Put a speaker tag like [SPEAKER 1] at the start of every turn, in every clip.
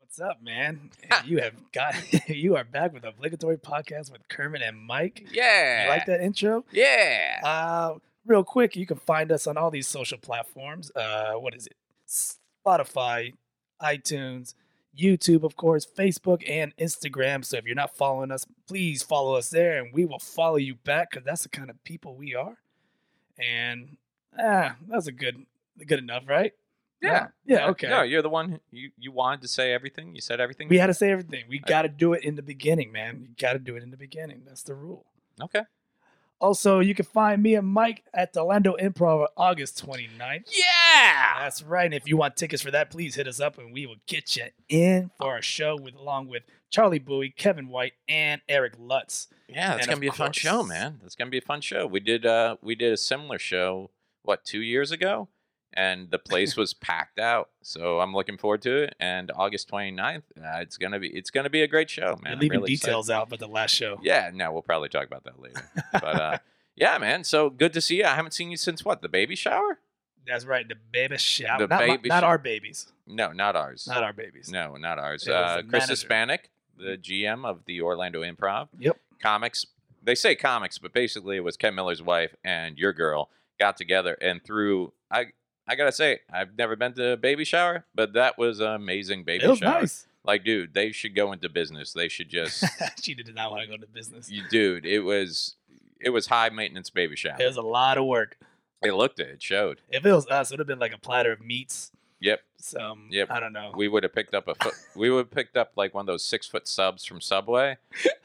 [SPEAKER 1] What's up, man? you have got you are back with obligatory podcast with Kermit and Mike.
[SPEAKER 2] Yeah.
[SPEAKER 1] You like that intro?
[SPEAKER 2] Yeah.
[SPEAKER 1] Uh, real quick, you can find us on all these social platforms. Uh, what is it? Spotify, iTunes, YouTube, of course, Facebook, and Instagram. So if you're not following us, please follow us there, and we will follow you back because that's the kind of people we are. And ah, that's a good, good enough, right?
[SPEAKER 2] yeah.
[SPEAKER 1] Yeah. Okay.
[SPEAKER 2] No, you're the one who- you you wanted to say everything. You said everything.
[SPEAKER 1] We had to say everything. We got to do it in the beginning, man. You got to do it in the beginning. That's the rule.
[SPEAKER 2] okay.
[SPEAKER 1] Also, you can find me and Mike at the Lando Improv on August 29th.
[SPEAKER 2] Yeah.
[SPEAKER 1] That's right. And if you want tickets for that, please hit us up and we will get you in for our show with along with Charlie Bowie, Kevin White, and Eric Lutz.
[SPEAKER 2] Yeah,
[SPEAKER 1] And
[SPEAKER 2] it's gonna
[SPEAKER 1] of
[SPEAKER 2] be a fun show,
[SPEAKER 1] course-
[SPEAKER 2] man. It's gonna be a fun show. We did uh we did a similar show what two years ago, and the place was packed out. So I'm looking forward to it. And August 29th, uh, it's gonna be it's gonna be a great show, man.
[SPEAKER 1] You're
[SPEAKER 2] I'm
[SPEAKER 1] leaving
[SPEAKER 2] really excited.
[SPEAKER 1] details out, but the last show.
[SPEAKER 2] Yeah, no, we'll probably talk about that later. But uh, yeah, man. So good to see you. I haven't seen you since what the baby shower?
[SPEAKER 1] That's right. The baby shower.
[SPEAKER 2] The
[SPEAKER 1] not, my-
[SPEAKER 2] baby
[SPEAKER 1] not
[SPEAKER 2] sh-
[SPEAKER 1] our babies.
[SPEAKER 2] No, not ours.
[SPEAKER 1] Not our babies.
[SPEAKER 2] No, not ours.
[SPEAKER 1] It was
[SPEAKER 2] Uh,
[SPEAKER 1] the
[SPEAKER 2] Chris
[SPEAKER 1] manager.
[SPEAKER 2] Hispanic, the GM of the Orlando Improv.
[SPEAKER 1] Yep.
[SPEAKER 2] Comics. They say comics, but basically it was Ken Miller's wife and your girl got together and through. I I gotta say, I've never been to a baby shower, but that was an amazing baby
[SPEAKER 1] it was
[SPEAKER 2] shower.
[SPEAKER 1] nice.
[SPEAKER 2] Like, dude, they should go into business. They should just,
[SPEAKER 1] she did not want to go to business.
[SPEAKER 2] you, dude. It was it was high maintenance baby shower.
[SPEAKER 1] It was a lot of work.
[SPEAKER 2] it looked it. It showed.
[SPEAKER 1] If it was us, it would have been like a platter of meats.
[SPEAKER 2] Yep.
[SPEAKER 1] Some.
[SPEAKER 2] Yep.
[SPEAKER 1] I don't know.
[SPEAKER 2] we would have picked up a foot, we would have picked up like one of those six foot subs from Subway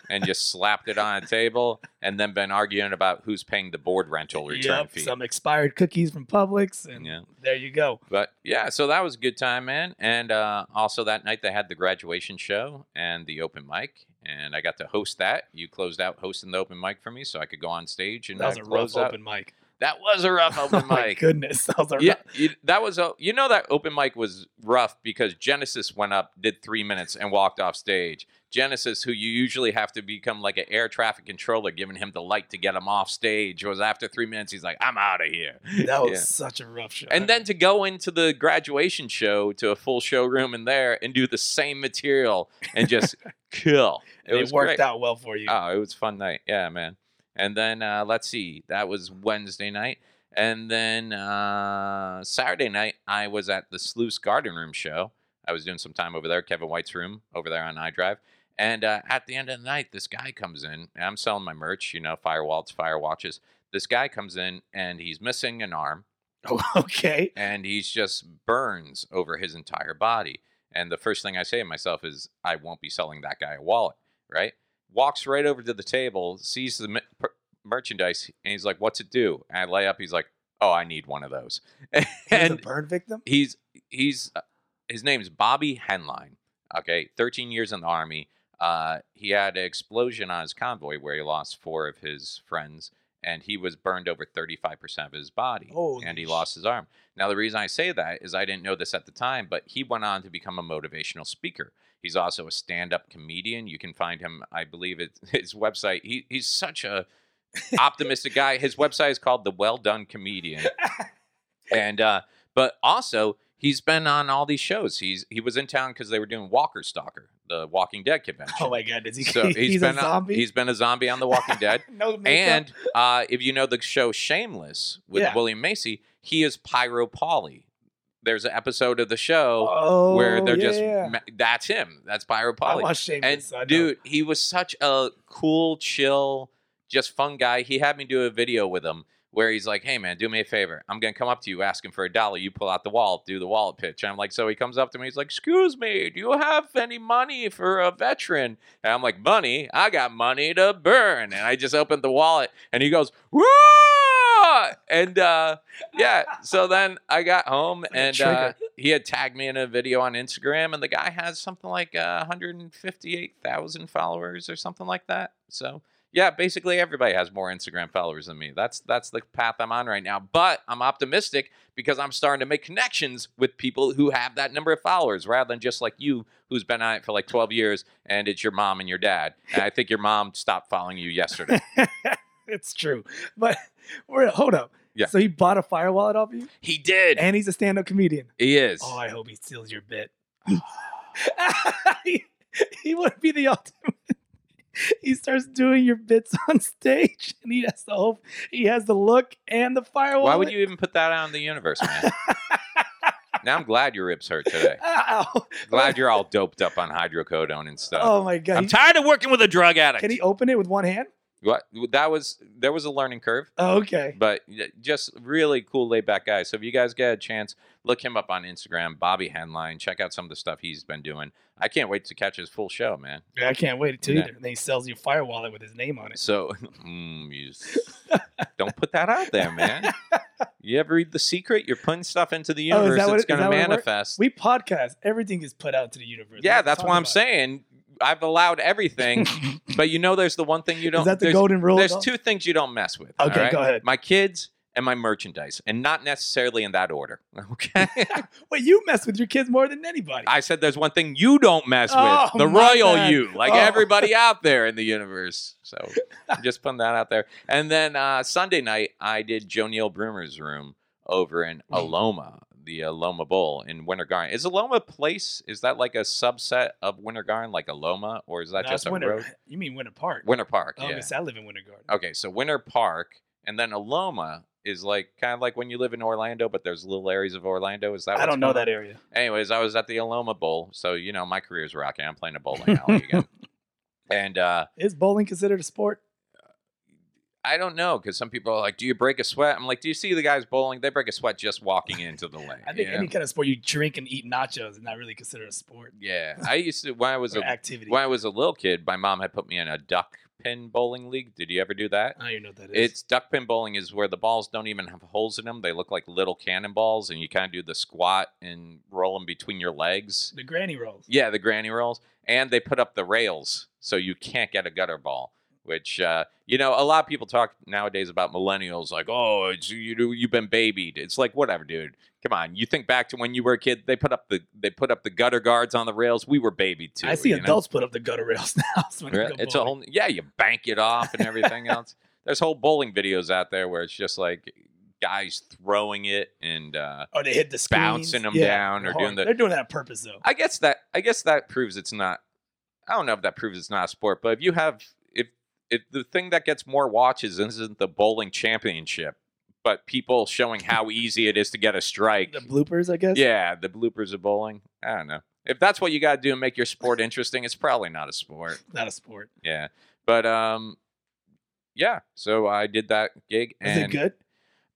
[SPEAKER 2] and just slapped it on a table and then been arguing about who's paying the board rental return
[SPEAKER 1] Yep,
[SPEAKER 2] fee.
[SPEAKER 1] Some expired cookies from Publix, and
[SPEAKER 2] Yeah.
[SPEAKER 1] there you go.
[SPEAKER 2] But yeah, so that was a good time, man. And uh, also that night they had the graduation show and the open mic, and I got to host that. You closed out hosting the open mic for me, so I could go on stage and
[SPEAKER 1] That was
[SPEAKER 2] uh,
[SPEAKER 1] a rough
[SPEAKER 2] close out.
[SPEAKER 1] open mic.
[SPEAKER 2] That was a rough
[SPEAKER 1] Oh
[SPEAKER 2] open
[SPEAKER 1] my
[SPEAKER 2] mic.
[SPEAKER 1] goodness, that was a
[SPEAKER 2] Yeah,
[SPEAKER 1] rough.
[SPEAKER 2] you- that was a you know that open mic was rough because Genesis went up, did three minutes, and walked off stage. Genesis, who you usually have to become like an air traffic controller, giving him the light to get him off stage, was after three minutes he's like, "I'm out of here."
[SPEAKER 1] That was
[SPEAKER 2] Yeah.
[SPEAKER 1] such a rough show.
[SPEAKER 2] And then to go into the graduation show to a full showroom in there and do the same material and just kill.
[SPEAKER 1] it, worked
[SPEAKER 2] great.
[SPEAKER 1] out well for you.
[SPEAKER 2] Oh, it was a fun night. Yeah, man. And then uh, let's see, that was Wednesday night. And then uh, Saturday night, I was at the Sluice Garden Room show. I was doing some time over there, Kevin White's room over there on iDrive. And uh, at the end of the night, this guy comes in, and I'm selling my merch, you know, firewalls, firewatches. This guy comes in, and he's missing an arm
[SPEAKER 1] okay.
[SPEAKER 2] and he's just burns over his entire body. And the first thing I say to myself is, I won't be selling that guy a wallet, right? Walks right over to the table, sees the me- per- merchandise, and he's like, "What's it do?" And I lay up. He's like, "Oh, I need one of those."
[SPEAKER 1] He was a
[SPEAKER 2] and
[SPEAKER 1] burn victim.
[SPEAKER 2] he's he's uh, his name's Bobby Henline. Okay, 13 years in the army. Uh, he had an explosion on his convoy where he lost four of his friends, and he was burned over 35% of his body,
[SPEAKER 1] Holy
[SPEAKER 2] and he
[SPEAKER 1] sh-
[SPEAKER 2] lost his arm. Now, the reason I say that is I didn't know this at the time, but he went on to become a motivational speaker. He's also a stand-up comedian. You can find him, I believe, at his website. He, he's such a optimistic guy. His website is called The Well Done Comedian and uh but also he's been on all these shows he's he was in town because they were doing walker stalker the walking dead convention
[SPEAKER 1] Oh my god, is he?
[SPEAKER 2] so
[SPEAKER 1] he's
[SPEAKER 2] been
[SPEAKER 1] a zombie.
[SPEAKER 2] on, he's been a zombie on the walking dead
[SPEAKER 1] no makeup.
[SPEAKER 2] and uh if you know the show shameless with
[SPEAKER 1] Yeah.
[SPEAKER 2] william macy he is pyro Polly. there's an episode of the show
[SPEAKER 1] oh,
[SPEAKER 2] where they're
[SPEAKER 1] yeah.
[SPEAKER 2] just ma- that's him that's pyro
[SPEAKER 1] I
[SPEAKER 2] Polly.
[SPEAKER 1] watched Shameless.
[SPEAKER 2] And
[SPEAKER 1] so I know.
[SPEAKER 2] dude, he was such a cool, chill, just fun guy. He had me do a video with him where he's like, "Hey man, do me a favor. I'm gonna come up to you asking for a dollar. You pull out the wallet, do the wallet pitch." I'm like, so he comes up to me. He's like, "Excuse me, do you have any money for a veteran?" And I'm like, "Money? I got money to burn." And I just opened the wallet, and he goes, "Woo!" And uh, yeah, so then I got home,
[SPEAKER 1] a
[SPEAKER 2] and
[SPEAKER 1] trigger.
[SPEAKER 2] uh, he had tagged me in a video on Instagram, and the guy has something like uh, 158,000 followers or something like that. So yeah, basically everybody has more Instagram followers than me. That's that's the path I'm on right now. But I'm optimistic because I'm starting to make connections with people who have that number of followers, rather than just like you, who's been on it for like 12 years, and it's your mom and your dad. And I think your mom stopped following you yesterday.
[SPEAKER 1] it's true. But we're hold up.
[SPEAKER 2] Yeah.
[SPEAKER 1] So he bought a fire wallet off you,
[SPEAKER 2] he did.
[SPEAKER 1] and he's a stand-up comedian.
[SPEAKER 2] He is.
[SPEAKER 1] Oh, I hope he steals your bit. he, he would be the ultimate. He starts doing your bits on stage, and he has the whole, he has the look and the firewall.
[SPEAKER 2] Why would you even put that out in the universe, man? now I'm glad your ribs hurt today.
[SPEAKER 1] Ow.
[SPEAKER 2] Glad you're all doped up on hydrocodone and stuff.
[SPEAKER 1] Oh my god!
[SPEAKER 2] I'm
[SPEAKER 1] He-
[SPEAKER 2] tired of working with a drug addict.
[SPEAKER 1] Can he open it with one hand?
[SPEAKER 2] what? That was there was a learning curve.
[SPEAKER 1] Oh, okay.
[SPEAKER 2] but y- just really cool laid back guy. So if you guys get a chance, look him up on Instagram, Bobby Henline. Check out some of the stuff he's been doing. I can't wait to catch his full show, man.
[SPEAKER 1] Yeah, I can't wait to
[SPEAKER 2] Yeah.
[SPEAKER 1] either. And then he sells you a fire wallet with his name on it.
[SPEAKER 2] So mm, you s- don't put that out there, man. You ever read The Secret? You're putting stuff into the
[SPEAKER 1] Oh, is
[SPEAKER 2] universe
[SPEAKER 1] that what
[SPEAKER 2] that's
[SPEAKER 1] it- is
[SPEAKER 2] going
[SPEAKER 1] that
[SPEAKER 2] to
[SPEAKER 1] what it work-
[SPEAKER 2] manifest.
[SPEAKER 1] We podcast. Everything is put out to the universe.
[SPEAKER 2] yeah,
[SPEAKER 1] What
[SPEAKER 2] that's
[SPEAKER 1] are you
[SPEAKER 2] what I'm
[SPEAKER 1] talking
[SPEAKER 2] saying. I've allowed everything,
[SPEAKER 1] about?
[SPEAKER 2] but you know, there's the one thing you don't.
[SPEAKER 1] is that the
[SPEAKER 2] there's-
[SPEAKER 1] golden rule?
[SPEAKER 2] There's
[SPEAKER 1] though?
[SPEAKER 2] two things you don't mess with. all
[SPEAKER 1] Okay,
[SPEAKER 2] right?
[SPEAKER 1] go ahead.
[SPEAKER 2] My kids and my merchandise, and not necessarily in that order. Okay.
[SPEAKER 1] Wait, you mess with your kids more than anybody.
[SPEAKER 2] I said there's one thing you don't mess
[SPEAKER 1] Oh,
[SPEAKER 2] with the
[SPEAKER 1] my
[SPEAKER 2] royal
[SPEAKER 1] bad.
[SPEAKER 2] you, like
[SPEAKER 1] Oh.
[SPEAKER 2] everybody out there in the universe. So just putting that out there. And then uh, Sunday night, I did Joe Neal Broomer's room over in
[SPEAKER 1] Mm-hmm.
[SPEAKER 2] Aloma, the Aloma Bowl in Winter Garden. Is Aloma a place? Is that like a subset of Winter Garden, like Aloma, or is that
[SPEAKER 1] No,
[SPEAKER 2] just
[SPEAKER 1] it's
[SPEAKER 2] a
[SPEAKER 1] Winter-
[SPEAKER 2] road?
[SPEAKER 1] You mean Winter Park?
[SPEAKER 2] Winter Park.
[SPEAKER 1] oh,
[SPEAKER 2] yeah.
[SPEAKER 1] yes, I live in Winter Garden.
[SPEAKER 2] Okay, so Winter Park, and then Aloma is like kind of like when you live in Orlando, but there's little areas of Orlando. Is that?
[SPEAKER 1] I
[SPEAKER 2] what's
[SPEAKER 1] don't know
[SPEAKER 2] going on?
[SPEAKER 1] that area.
[SPEAKER 2] Anyways, I was at the Aloma Bowl, so you know my career's rocking. I'm playing a bowling alley again, and uh,
[SPEAKER 1] Is bowling considered a sport?
[SPEAKER 2] I don't know because some people are like, "Do you break a sweat?" I'm like, "Do you see the guys bowling? They break a sweat just walking into the lane."
[SPEAKER 1] I think
[SPEAKER 2] you know?
[SPEAKER 1] any kind of sport you drink and eat nachos is not really considered a sport
[SPEAKER 2] yeah. I used to when I was
[SPEAKER 1] or
[SPEAKER 2] a
[SPEAKER 1] activity.
[SPEAKER 2] when I was a little kid, my mom had put me in a duck pin bowling league. Did you ever do that?
[SPEAKER 1] I don't even know what that is.
[SPEAKER 2] It's duck pin bowling is where the balls don't even have holes in them. They look like little cannonballs, and you kind of do the squat and roll them between your legs.
[SPEAKER 1] the granny rolls.
[SPEAKER 2] Yeah, the granny rolls, and they put up the rails so you can't get a gutter ball. Which uh, you know, a lot of people talk nowadays about millennials, like, "Oh, it's, you you've been babied." It's like, whatever, dude. Come on, you think back to when you were a kid. They put up the they put up the gutter guards on the rails. We were babied too.
[SPEAKER 1] I see
[SPEAKER 2] you know?
[SPEAKER 1] adults put up the gutter rails now. so when I
[SPEAKER 2] Really?
[SPEAKER 1] go
[SPEAKER 2] It's a
[SPEAKER 1] bowling.
[SPEAKER 2] whole yeah. You bank it off and everything else. There's whole bowling videos out there where it's just like guys throwing it and uh,
[SPEAKER 1] or Oh, they hit the screens.
[SPEAKER 2] bouncing 'em down or
[SPEAKER 1] hard.
[SPEAKER 2] doing the-
[SPEAKER 1] They're doing that on purpose though.
[SPEAKER 2] I guess that I guess that proves it's not. I don't know if that proves it's not a sport, but if you have if if the thing that gets more watches isn't the bowling championship, but people showing how easy it is to get a strike.
[SPEAKER 1] the bloopers, I guess.
[SPEAKER 2] yeah, the bloopers of bowling. I don't know. If that's what you got to do and make your sport interesting, it's probably not a sport.
[SPEAKER 1] Not a sport.
[SPEAKER 2] Yeah, but um, yeah. So I did that gig,
[SPEAKER 1] Is
[SPEAKER 2] and
[SPEAKER 1] it good?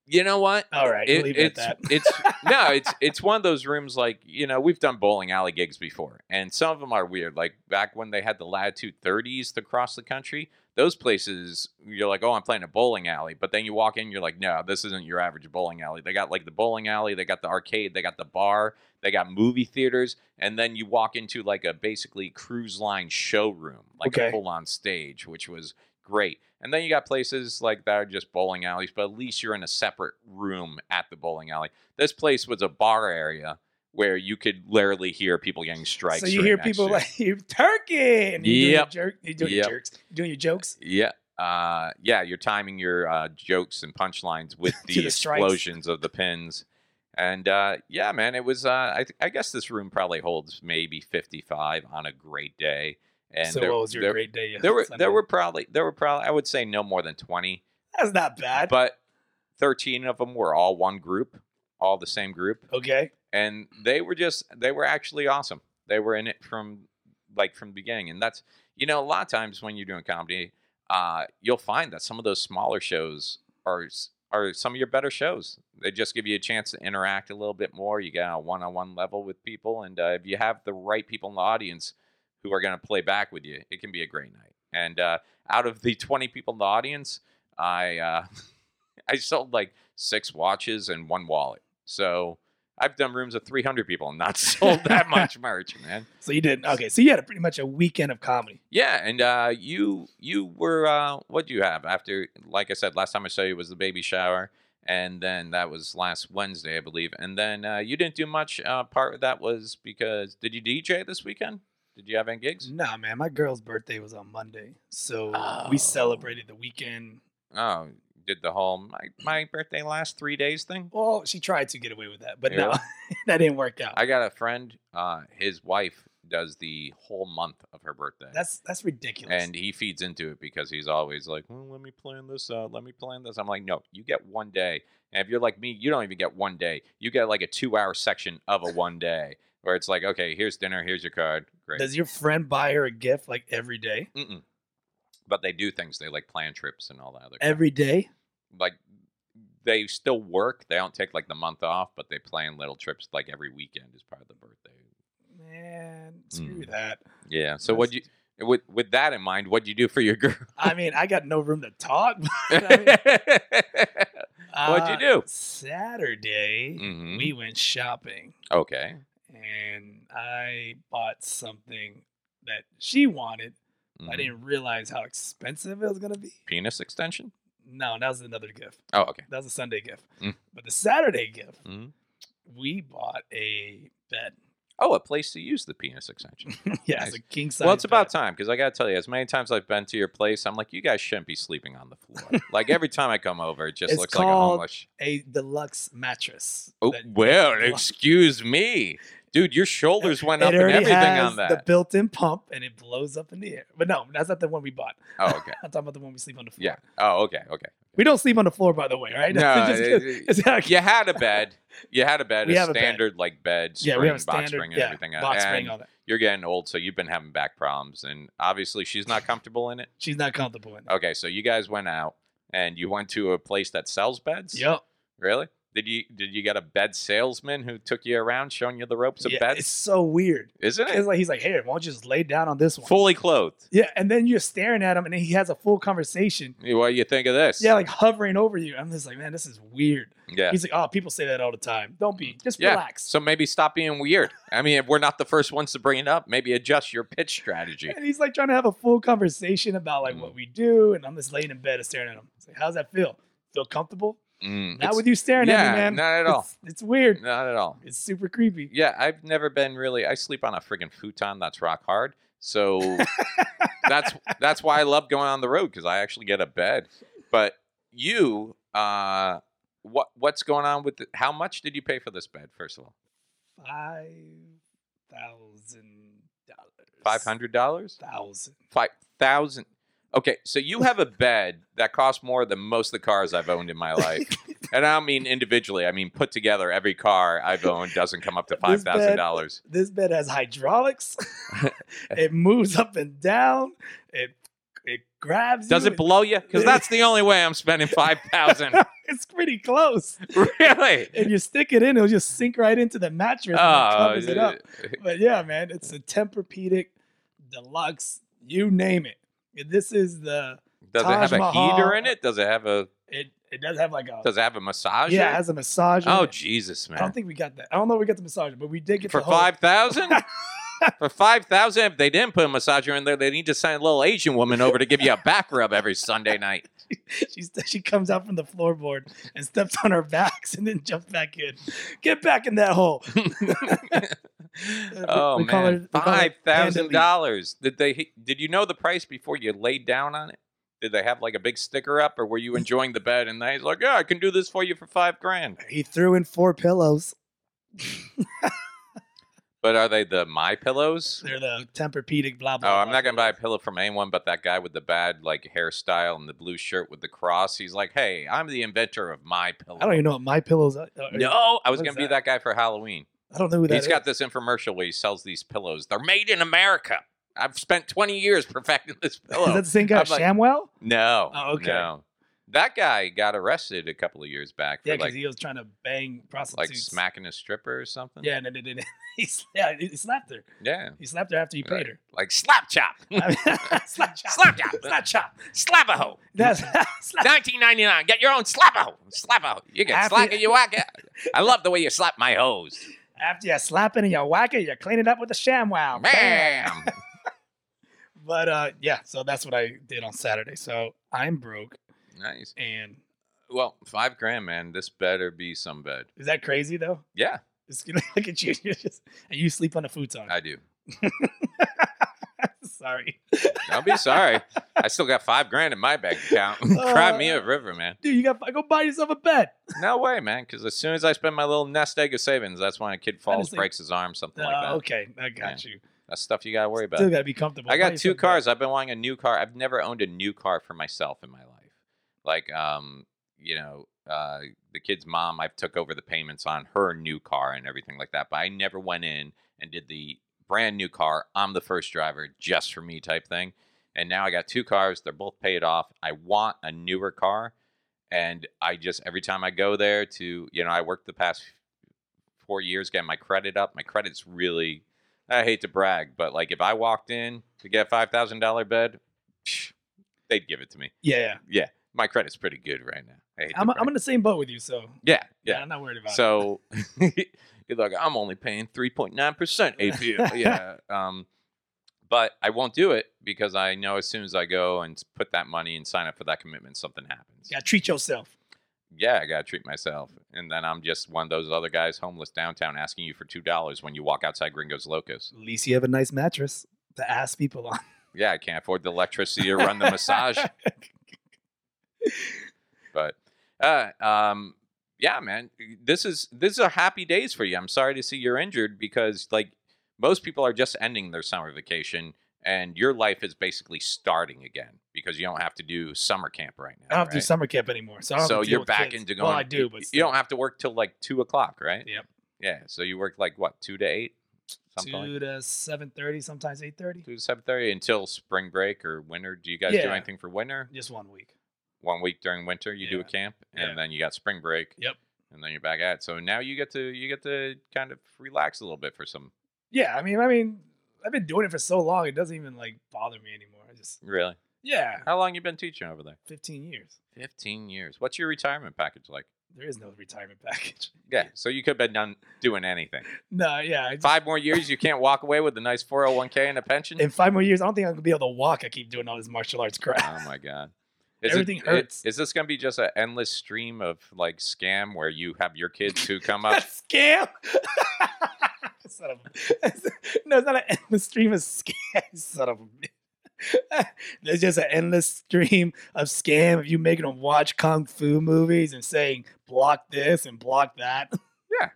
[SPEAKER 2] you know what?
[SPEAKER 1] All right,
[SPEAKER 2] It-
[SPEAKER 1] leave it at
[SPEAKER 2] it's
[SPEAKER 1] that.
[SPEAKER 2] it's no, it's it's one of those rooms like you know we've done bowling alley gigs before, and some of them are weird. Like back when they had the latitude thirties across the country, those places you're like, oh, I'm playing a bowling alley, but then you walk in, you're like, no, this isn't your average bowling alley. They got like the bowling alley, they got the arcade, they got the bar, they got movie theaters, and then you walk into like a basically cruise line showroom, like
[SPEAKER 1] Okay.
[SPEAKER 2] a full on stage, which was great. And then you got places like that are just bowling alleys, but at least you're in a separate room at the bowling alley. This place was a bar area where you could literally hear people getting strikes.
[SPEAKER 1] so you
[SPEAKER 2] right
[SPEAKER 1] hear
[SPEAKER 2] next
[SPEAKER 1] people
[SPEAKER 2] to you.
[SPEAKER 1] like you turkey and you're
[SPEAKER 2] Yep.
[SPEAKER 1] doing your jerk, you're doing
[SPEAKER 2] Yep.
[SPEAKER 1] your jerks, you're doing your jokes.
[SPEAKER 2] yeah. Uh, yeah, you're timing your uh, jokes and punchlines with the,
[SPEAKER 1] To the strikes.
[SPEAKER 2] explosions of the pins, and uh, yeah, man, it was. Uh, I, th- I guess this room probably holds maybe 55 on a great day. And
[SPEAKER 1] so
[SPEAKER 2] there,
[SPEAKER 1] what was your
[SPEAKER 2] there-
[SPEAKER 1] great day?
[SPEAKER 2] There were
[SPEAKER 1] Sunday?
[SPEAKER 2] there were probably there were probably I would say no more than 20
[SPEAKER 1] that's not bad.
[SPEAKER 2] but 13 of them were all one group, all the same group,
[SPEAKER 1] okay,
[SPEAKER 2] and they were just they were actually awesome. They were in it from like from the beginning, and that's you know a lot of times when you're doing comedy, uh, you'll find that some of those smaller shows are s- are some of your better shows. They just give you a chance to interact a little bit more. You get on a one-on-one level with people, and uh, if you have the right people in the audience who are going to play back with you, it can be a great night. And uh, out of the 20 people in the audience, I uh, I sold like six watches and one wallet. So I've done rooms of 300 people and not sold that much merch, man.
[SPEAKER 1] so you did okay. So you had a, pretty much a weekend of comedy.
[SPEAKER 2] Yeah, and uh, you you were uh, what do you have after? Like I said, last time I saw you was the baby shower, and then that was last Wednesday, I believe. And then uh, you didn't do much. Uh, part of that was because did you DJ this weekend? Did you have any gigs?
[SPEAKER 1] Nah, man, my girl's birthday was on Monday, so we
[SPEAKER 2] Oh.
[SPEAKER 1] celebrated the weekend.
[SPEAKER 2] Oh, did the whole my, my birthday last three days thing?
[SPEAKER 1] Well, she tried to get away with that, but no,
[SPEAKER 2] Yeah.
[SPEAKER 1] that didn't work out.
[SPEAKER 2] I got a friend, uh, his wife does the whole month of her birthday.
[SPEAKER 1] That's that's ridiculous.
[SPEAKER 2] and he feeds into it because he's always like, well, let me plan this out. Let me plan this. I'm like, no, you get one day. And if you're like me, you don't even get one day. You get like a two hour section of a one day where it's like, okay, here's dinner. Here's your card. Great.
[SPEAKER 1] Does your friend buy her a gift like every day?
[SPEAKER 2] Mm-mm. But they do things. They like plan trips and all that other
[SPEAKER 1] Every day?
[SPEAKER 2] like they still work. They don't take like the month off, but they plan little trips like every weekend as part of the birthday.
[SPEAKER 1] Man, screw
[SPEAKER 2] Mm.
[SPEAKER 1] that.
[SPEAKER 2] Yeah. So what you with with that in mind, what'd you do for your girl?
[SPEAKER 1] I mean, I got no room to talk. but I mean,
[SPEAKER 2] What'd
[SPEAKER 1] uh,
[SPEAKER 2] you do?
[SPEAKER 1] Saturday,
[SPEAKER 2] Mhm.
[SPEAKER 1] we went shopping
[SPEAKER 2] Okay.
[SPEAKER 1] and I bought something that she wanted. but I
[SPEAKER 2] Mhm.
[SPEAKER 1] didn't realize how expensive it was going to be.
[SPEAKER 2] Penis extension?
[SPEAKER 1] No, that was another gift.
[SPEAKER 2] Oh, okay.
[SPEAKER 1] That was a Sunday gift.
[SPEAKER 2] Mm.
[SPEAKER 1] But the Saturday gift,
[SPEAKER 2] Mhm.
[SPEAKER 1] we bought a bed.
[SPEAKER 2] Oh, a place to use the penis extension.
[SPEAKER 1] yeah,
[SPEAKER 2] Nice.
[SPEAKER 1] it's a king size.
[SPEAKER 2] well, it's about
[SPEAKER 1] bed.
[SPEAKER 2] time because I gotta tell you, as many times I've been to your place, I'm like, you guys shouldn't be sleeping on the floor. like every time I come over, it just
[SPEAKER 1] It's
[SPEAKER 2] looks like a
[SPEAKER 1] called-
[SPEAKER 2] homeless.
[SPEAKER 1] a deluxe mattress.
[SPEAKER 2] Oh
[SPEAKER 1] that-
[SPEAKER 2] well,
[SPEAKER 1] that-
[SPEAKER 2] excuse me, dude. Your shoulders went up
[SPEAKER 1] it
[SPEAKER 2] and
[SPEAKER 1] already
[SPEAKER 2] everything
[SPEAKER 1] has
[SPEAKER 2] on
[SPEAKER 1] the
[SPEAKER 2] that.
[SPEAKER 1] built-in pump, and it blows up in the air. But no, that's not the one we bought.
[SPEAKER 2] oh okay,
[SPEAKER 1] I'm talking about the one we sleep on the floor.
[SPEAKER 2] yeah. Oh okay, okay.
[SPEAKER 1] We don't sleep on the floor, by the way, right?
[SPEAKER 2] No,
[SPEAKER 1] Just
[SPEAKER 2] it-
[SPEAKER 1] kidding.
[SPEAKER 2] it-
[SPEAKER 1] It's not-
[SPEAKER 2] you had a bed. You had a bed,
[SPEAKER 1] We
[SPEAKER 2] a
[SPEAKER 1] have a bed.
[SPEAKER 2] standard like bed, spring,
[SPEAKER 1] yeah, we have a
[SPEAKER 2] box
[SPEAKER 1] standard
[SPEAKER 2] spring, and
[SPEAKER 1] yeah,
[SPEAKER 2] everything. else.
[SPEAKER 1] box
[SPEAKER 2] and
[SPEAKER 1] spring on it.
[SPEAKER 2] You're getting old, so you've been having back problems, and obviously she's not comfortable in it.
[SPEAKER 1] She's not comfortable in it.
[SPEAKER 2] Okay, so you guys went out and you went to a place that sells beds.
[SPEAKER 1] Yep.
[SPEAKER 2] Really? Did you did you get a bed salesman who took you around, showing you the ropes of
[SPEAKER 1] Yeah,
[SPEAKER 2] beds?
[SPEAKER 1] it's so weird.
[SPEAKER 2] Isn't it
[SPEAKER 1] It's like he's like, "Hey, why don't you just lay down on this one?"
[SPEAKER 2] fully clothed?
[SPEAKER 1] Yeah, and then you're staring at him, and he has a full conversation.
[SPEAKER 2] What do you think of this?
[SPEAKER 1] Yeah, like hovering over you. I'm just like, man, this is weird.
[SPEAKER 2] yeah.
[SPEAKER 1] He's like, oh, people say that all the time. Don't be, just
[SPEAKER 2] Yeah.
[SPEAKER 1] relax.
[SPEAKER 2] So maybe stop being weird. I mean, if we're not the first ones to bring it up, maybe adjust your pitch strategy.
[SPEAKER 1] And he's like trying to have a full conversation about like
[SPEAKER 2] Mm-hmm.
[SPEAKER 1] what we do, and I'm just laying in bed and staring at him. It's like, how's that feel? Feel comfortable?
[SPEAKER 2] Mm,
[SPEAKER 1] Not
[SPEAKER 2] it's-
[SPEAKER 1] with you staring at
[SPEAKER 2] yeah,
[SPEAKER 1] me, man.
[SPEAKER 2] not at all.
[SPEAKER 1] It's, it's weird.
[SPEAKER 2] Not at all.
[SPEAKER 1] It's super creepy.
[SPEAKER 2] Yeah, I've never been really. I sleep on a friggin' futon that's rock hard. So that's that's why I love going on the road because I actually get a bed. But you, uh, what what's going on with? The, how much did you pay for this bed? First of all,
[SPEAKER 1] Five thousand dollars.
[SPEAKER 2] five hundred dollars.
[SPEAKER 1] thousand.
[SPEAKER 2] Five thousand. Okay, so you have a bed that costs more than most of the cars I've owned in my life. and I don't mean individually, I mean put together every car I've owned doesn't come up to five
[SPEAKER 1] This
[SPEAKER 2] thousand
[SPEAKER 1] bed-
[SPEAKER 2] dollars.
[SPEAKER 1] This bed has hydraulics. it moves up and down. It it grabs.
[SPEAKER 2] Does
[SPEAKER 1] you
[SPEAKER 2] it blow you? Because that's the only way I'm spending five thousand.
[SPEAKER 1] It's pretty close.
[SPEAKER 2] really?
[SPEAKER 1] And you stick it in, it'll just sink right into the mattress and it
[SPEAKER 2] Oh,
[SPEAKER 1] covers it up. But yeah, man, it's a Tempur-Pedic deluxe. You name it. And This is the.
[SPEAKER 2] Does it
[SPEAKER 1] Taj
[SPEAKER 2] have a
[SPEAKER 1] Mahal.
[SPEAKER 2] heater in it? Does it have a
[SPEAKER 1] It it does have like a.
[SPEAKER 2] does it have a massage?
[SPEAKER 1] yeah, it has a massage. in
[SPEAKER 2] Oh
[SPEAKER 1] it.
[SPEAKER 2] Jesus,
[SPEAKER 1] I don't
[SPEAKER 2] man.
[SPEAKER 1] think we got that. I don't know if we got the massage, but we did get
[SPEAKER 2] For
[SPEAKER 1] the whole-
[SPEAKER 2] five thousand? For five thousand, if they didn't put a massager in there, they need to send a little Asian woman over to give you a back rub every Sunday night.
[SPEAKER 1] She she comes out from the floorboard and steps on our backs and then jumps back in. Get back in that hole.
[SPEAKER 2] oh
[SPEAKER 1] we call it-
[SPEAKER 2] man,
[SPEAKER 1] we call
[SPEAKER 2] five
[SPEAKER 1] it
[SPEAKER 2] thousand dollars. Did they? Did you know the price before you laid down on it? Did they have like a big sticker up, or were you enjoying the bed and they like, yeah, I can do this for you for five grand?
[SPEAKER 1] He threw in four pillows.
[SPEAKER 2] But are they the my pillows?
[SPEAKER 1] They're the Tempur-Pedic blah blah.
[SPEAKER 2] Oh, I'm
[SPEAKER 1] blah.
[SPEAKER 2] not gonna buy a pillow from anyone but that guy with the bad like hairstyle and the blue shirt with the cross. He's like, hey, I'm the inventor of my pillow.
[SPEAKER 1] I don't even know what my pillows. Are.
[SPEAKER 2] no, I was
[SPEAKER 1] What
[SPEAKER 2] gonna
[SPEAKER 1] is
[SPEAKER 2] be that guy for Halloween.
[SPEAKER 1] I don't know who that
[SPEAKER 2] He's got this infomercial where he sells these pillows. They're made in America. I've spent 20 years perfecting this
[SPEAKER 1] Is
[SPEAKER 2] pillow.
[SPEAKER 1] that the same guy,
[SPEAKER 2] I'm like-
[SPEAKER 1] Shamwell?
[SPEAKER 2] no.
[SPEAKER 1] Oh, okay.
[SPEAKER 2] No. That guy got arrested a couple of years back for
[SPEAKER 1] Yeah, because
[SPEAKER 2] like,
[SPEAKER 1] he was trying to bang prostitutes.
[SPEAKER 2] like smacking a stripper or something.
[SPEAKER 1] Yeah, and then and then- he, yeah, he slapped her.
[SPEAKER 2] Yeah.
[SPEAKER 1] He slapped her after he paid her.
[SPEAKER 2] Like slap chop.
[SPEAKER 1] I mean, slap chop.
[SPEAKER 2] Slap chop.
[SPEAKER 1] Slap chop.
[SPEAKER 2] slap a hoe.
[SPEAKER 1] That's slap.
[SPEAKER 2] 1999. Get your own slap a hoe. Slap a hoe. You can
[SPEAKER 1] After-
[SPEAKER 2] slap it, you whack it. I love the way you slap my hose.
[SPEAKER 1] After you slap it and you whack it, you clean it up with a ShamWow.
[SPEAKER 2] Bam.
[SPEAKER 1] But uh, yeah, so that's what I did on Saturday. So I'm broke,
[SPEAKER 2] nice.
[SPEAKER 1] and
[SPEAKER 2] Well, five grand, man. This better be some bed.
[SPEAKER 1] is that crazy though?
[SPEAKER 2] Yeah,
[SPEAKER 1] It's, look at you, you're just, and you sleep on a futon.
[SPEAKER 2] I do.
[SPEAKER 1] Sorry,
[SPEAKER 2] Don't be sorry. I still got five grand in my bank account. Cry me a river, man.
[SPEAKER 1] dude, you got go buy yourself a bed.
[SPEAKER 2] No way, man. Because as soon as I spend my little nest egg of savings, that's when a kid falls,
[SPEAKER 1] Honestly-
[SPEAKER 2] breaks his arm, something
[SPEAKER 1] Uh,
[SPEAKER 2] like that.
[SPEAKER 1] okay, I got you.
[SPEAKER 2] That's stuff you gotta worry about.
[SPEAKER 1] Still got to be comfortable.
[SPEAKER 2] I
[SPEAKER 1] Buy
[SPEAKER 2] got two
[SPEAKER 1] yourself a-
[SPEAKER 2] cars. I've been wanting a new car. I've never owned a new car for myself in my life. Like, um, you know, uh, the kid's mom, I've took over the payments on her new car and everything like that. But I never went in and did the brand new car. I'm the first driver, just for me type thing. And now I got two cars. They're both paid off. I want a newer car, and I just every time I go there to, you know, I worked the past four years getting my credit up. My credit's really I hate to brag, but like if I walked in to get a five thousand dollar bed, psh, they'd give it to me.
[SPEAKER 1] Yeah, yeah.
[SPEAKER 2] Yeah, my credit's pretty good right now. I hate to
[SPEAKER 1] I'm,
[SPEAKER 2] brag.
[SPEAKER 1] I'm in the same boat with you, so
[SPEAKER 2] yeah,
[SPEAKER 1] yeah,
[SPEAKER 2] yeah.
[SPEAKER 1] I'm not worried about it.
[SPEAKER 2] So you're like, I'm only paying three point nine percent APR. yeah, um, but I won't do it because I know as soon as I go and put that money and sign up for that commitment, something happens.
[SPEAKER 1] Yeah, treat yourself.
[SPEAKER 2] yeah, I gotta treat myself. And then I'm just one of those other guys homeless downtown asking you for two dollars when you walk outside Gringo's Locos.
[SPEAKER 1] At least you have a nice mattress to ask people on.
[SPEAKER 2] Yeah, I can't afford the electricity or run the massage. but uh, um, yeah, man, this is this are happy days for you. I'm sorry to see you're injured because like most people are just ending their summer vacation, and your life is basically starting again because you don't have to do summer camp right now.
[SPEAKER 1] I don't have to do
[SPEAKER 2] right?
[SPEAKER 1] summer camp anymore, so I don't have
[SPEAKER 2] so
[SPEAKER 1] to deal
[SPEAKER 2] you're
[SPEAKER 1] with
[SPEAKER 2] back
[SPEAKER 1] kids.
[SPEAKER 2] into going.
[SPEAKER 1] Well, I do,
[SPEAKER 2] you-
[SPEAKER 1] but
[SPEAKER 2] you don't have to work till like two o'clock, right?
[SPEAKER 1] Yep.
[SPEAKER 2] Yeah. So you work like what two to eight, something like
[SPEAKER 1] two to seven thirty, sometimes eight thirty.
[SPEAKER 2] two to seven thirty until spring break or winter. Do you guys do
[SPEAKER 1] Yeah.
[SPEAKER 2] anything for winter?
[SPEAKER 1] Just one week.
[SPEAKER 2] one week during winter you do a
[SPEAKER 1] Yeah.
[SPEAKER 2] camp and
[SPEAKER 1] Yeah.
[SPEAKER 2] then you got spring break
[SPEAKER 1] Yep.
[SPEAKER 2] and then you're back at it so now you get to you get to kind of relax a little bit for some
[SPEAKER 1] Yeah, I mean, I mean, I've been doing it for so long; it doesn't even like bother me anymore. I just
[SPEAKER 2] really
[SPEAKER 1] yeah,
[SPEAKER 2] how long you been teaching over there
[SPEAKER 1] fifteen years.
[SPEAKER 2] 15 years what's your retirement package like
[SPEAKER 1] There is no retirement package.
[SPEAKER 2] yeah so you could have been done doing anything
[SPEAKER 1] no, yeah. I just-
[SPEAKER 2] five more years you can't walk away with a nice 401k and a pension
[SPEAKER 1] in five more years, I don't think I'm gonna be able to walk. I keep doing all this martial arts crap.
[SPEAKER 2] oh my god
[SPEAKER 1] Everything
[SPEAKER 2] it,
[SPEAKER 1] hurts.
[SPEAKER 2] Is this gonna be just an endless stream of like scam where you have your kids who come up?
[SPEAKER 1] scam. Son of a, no, it's not an endless stream of scams. Son of a. bitch. There's just an endless stream of scam of you making them watch kung fu movies and saying block this and block that.
[SPEAKER 2] Yeah.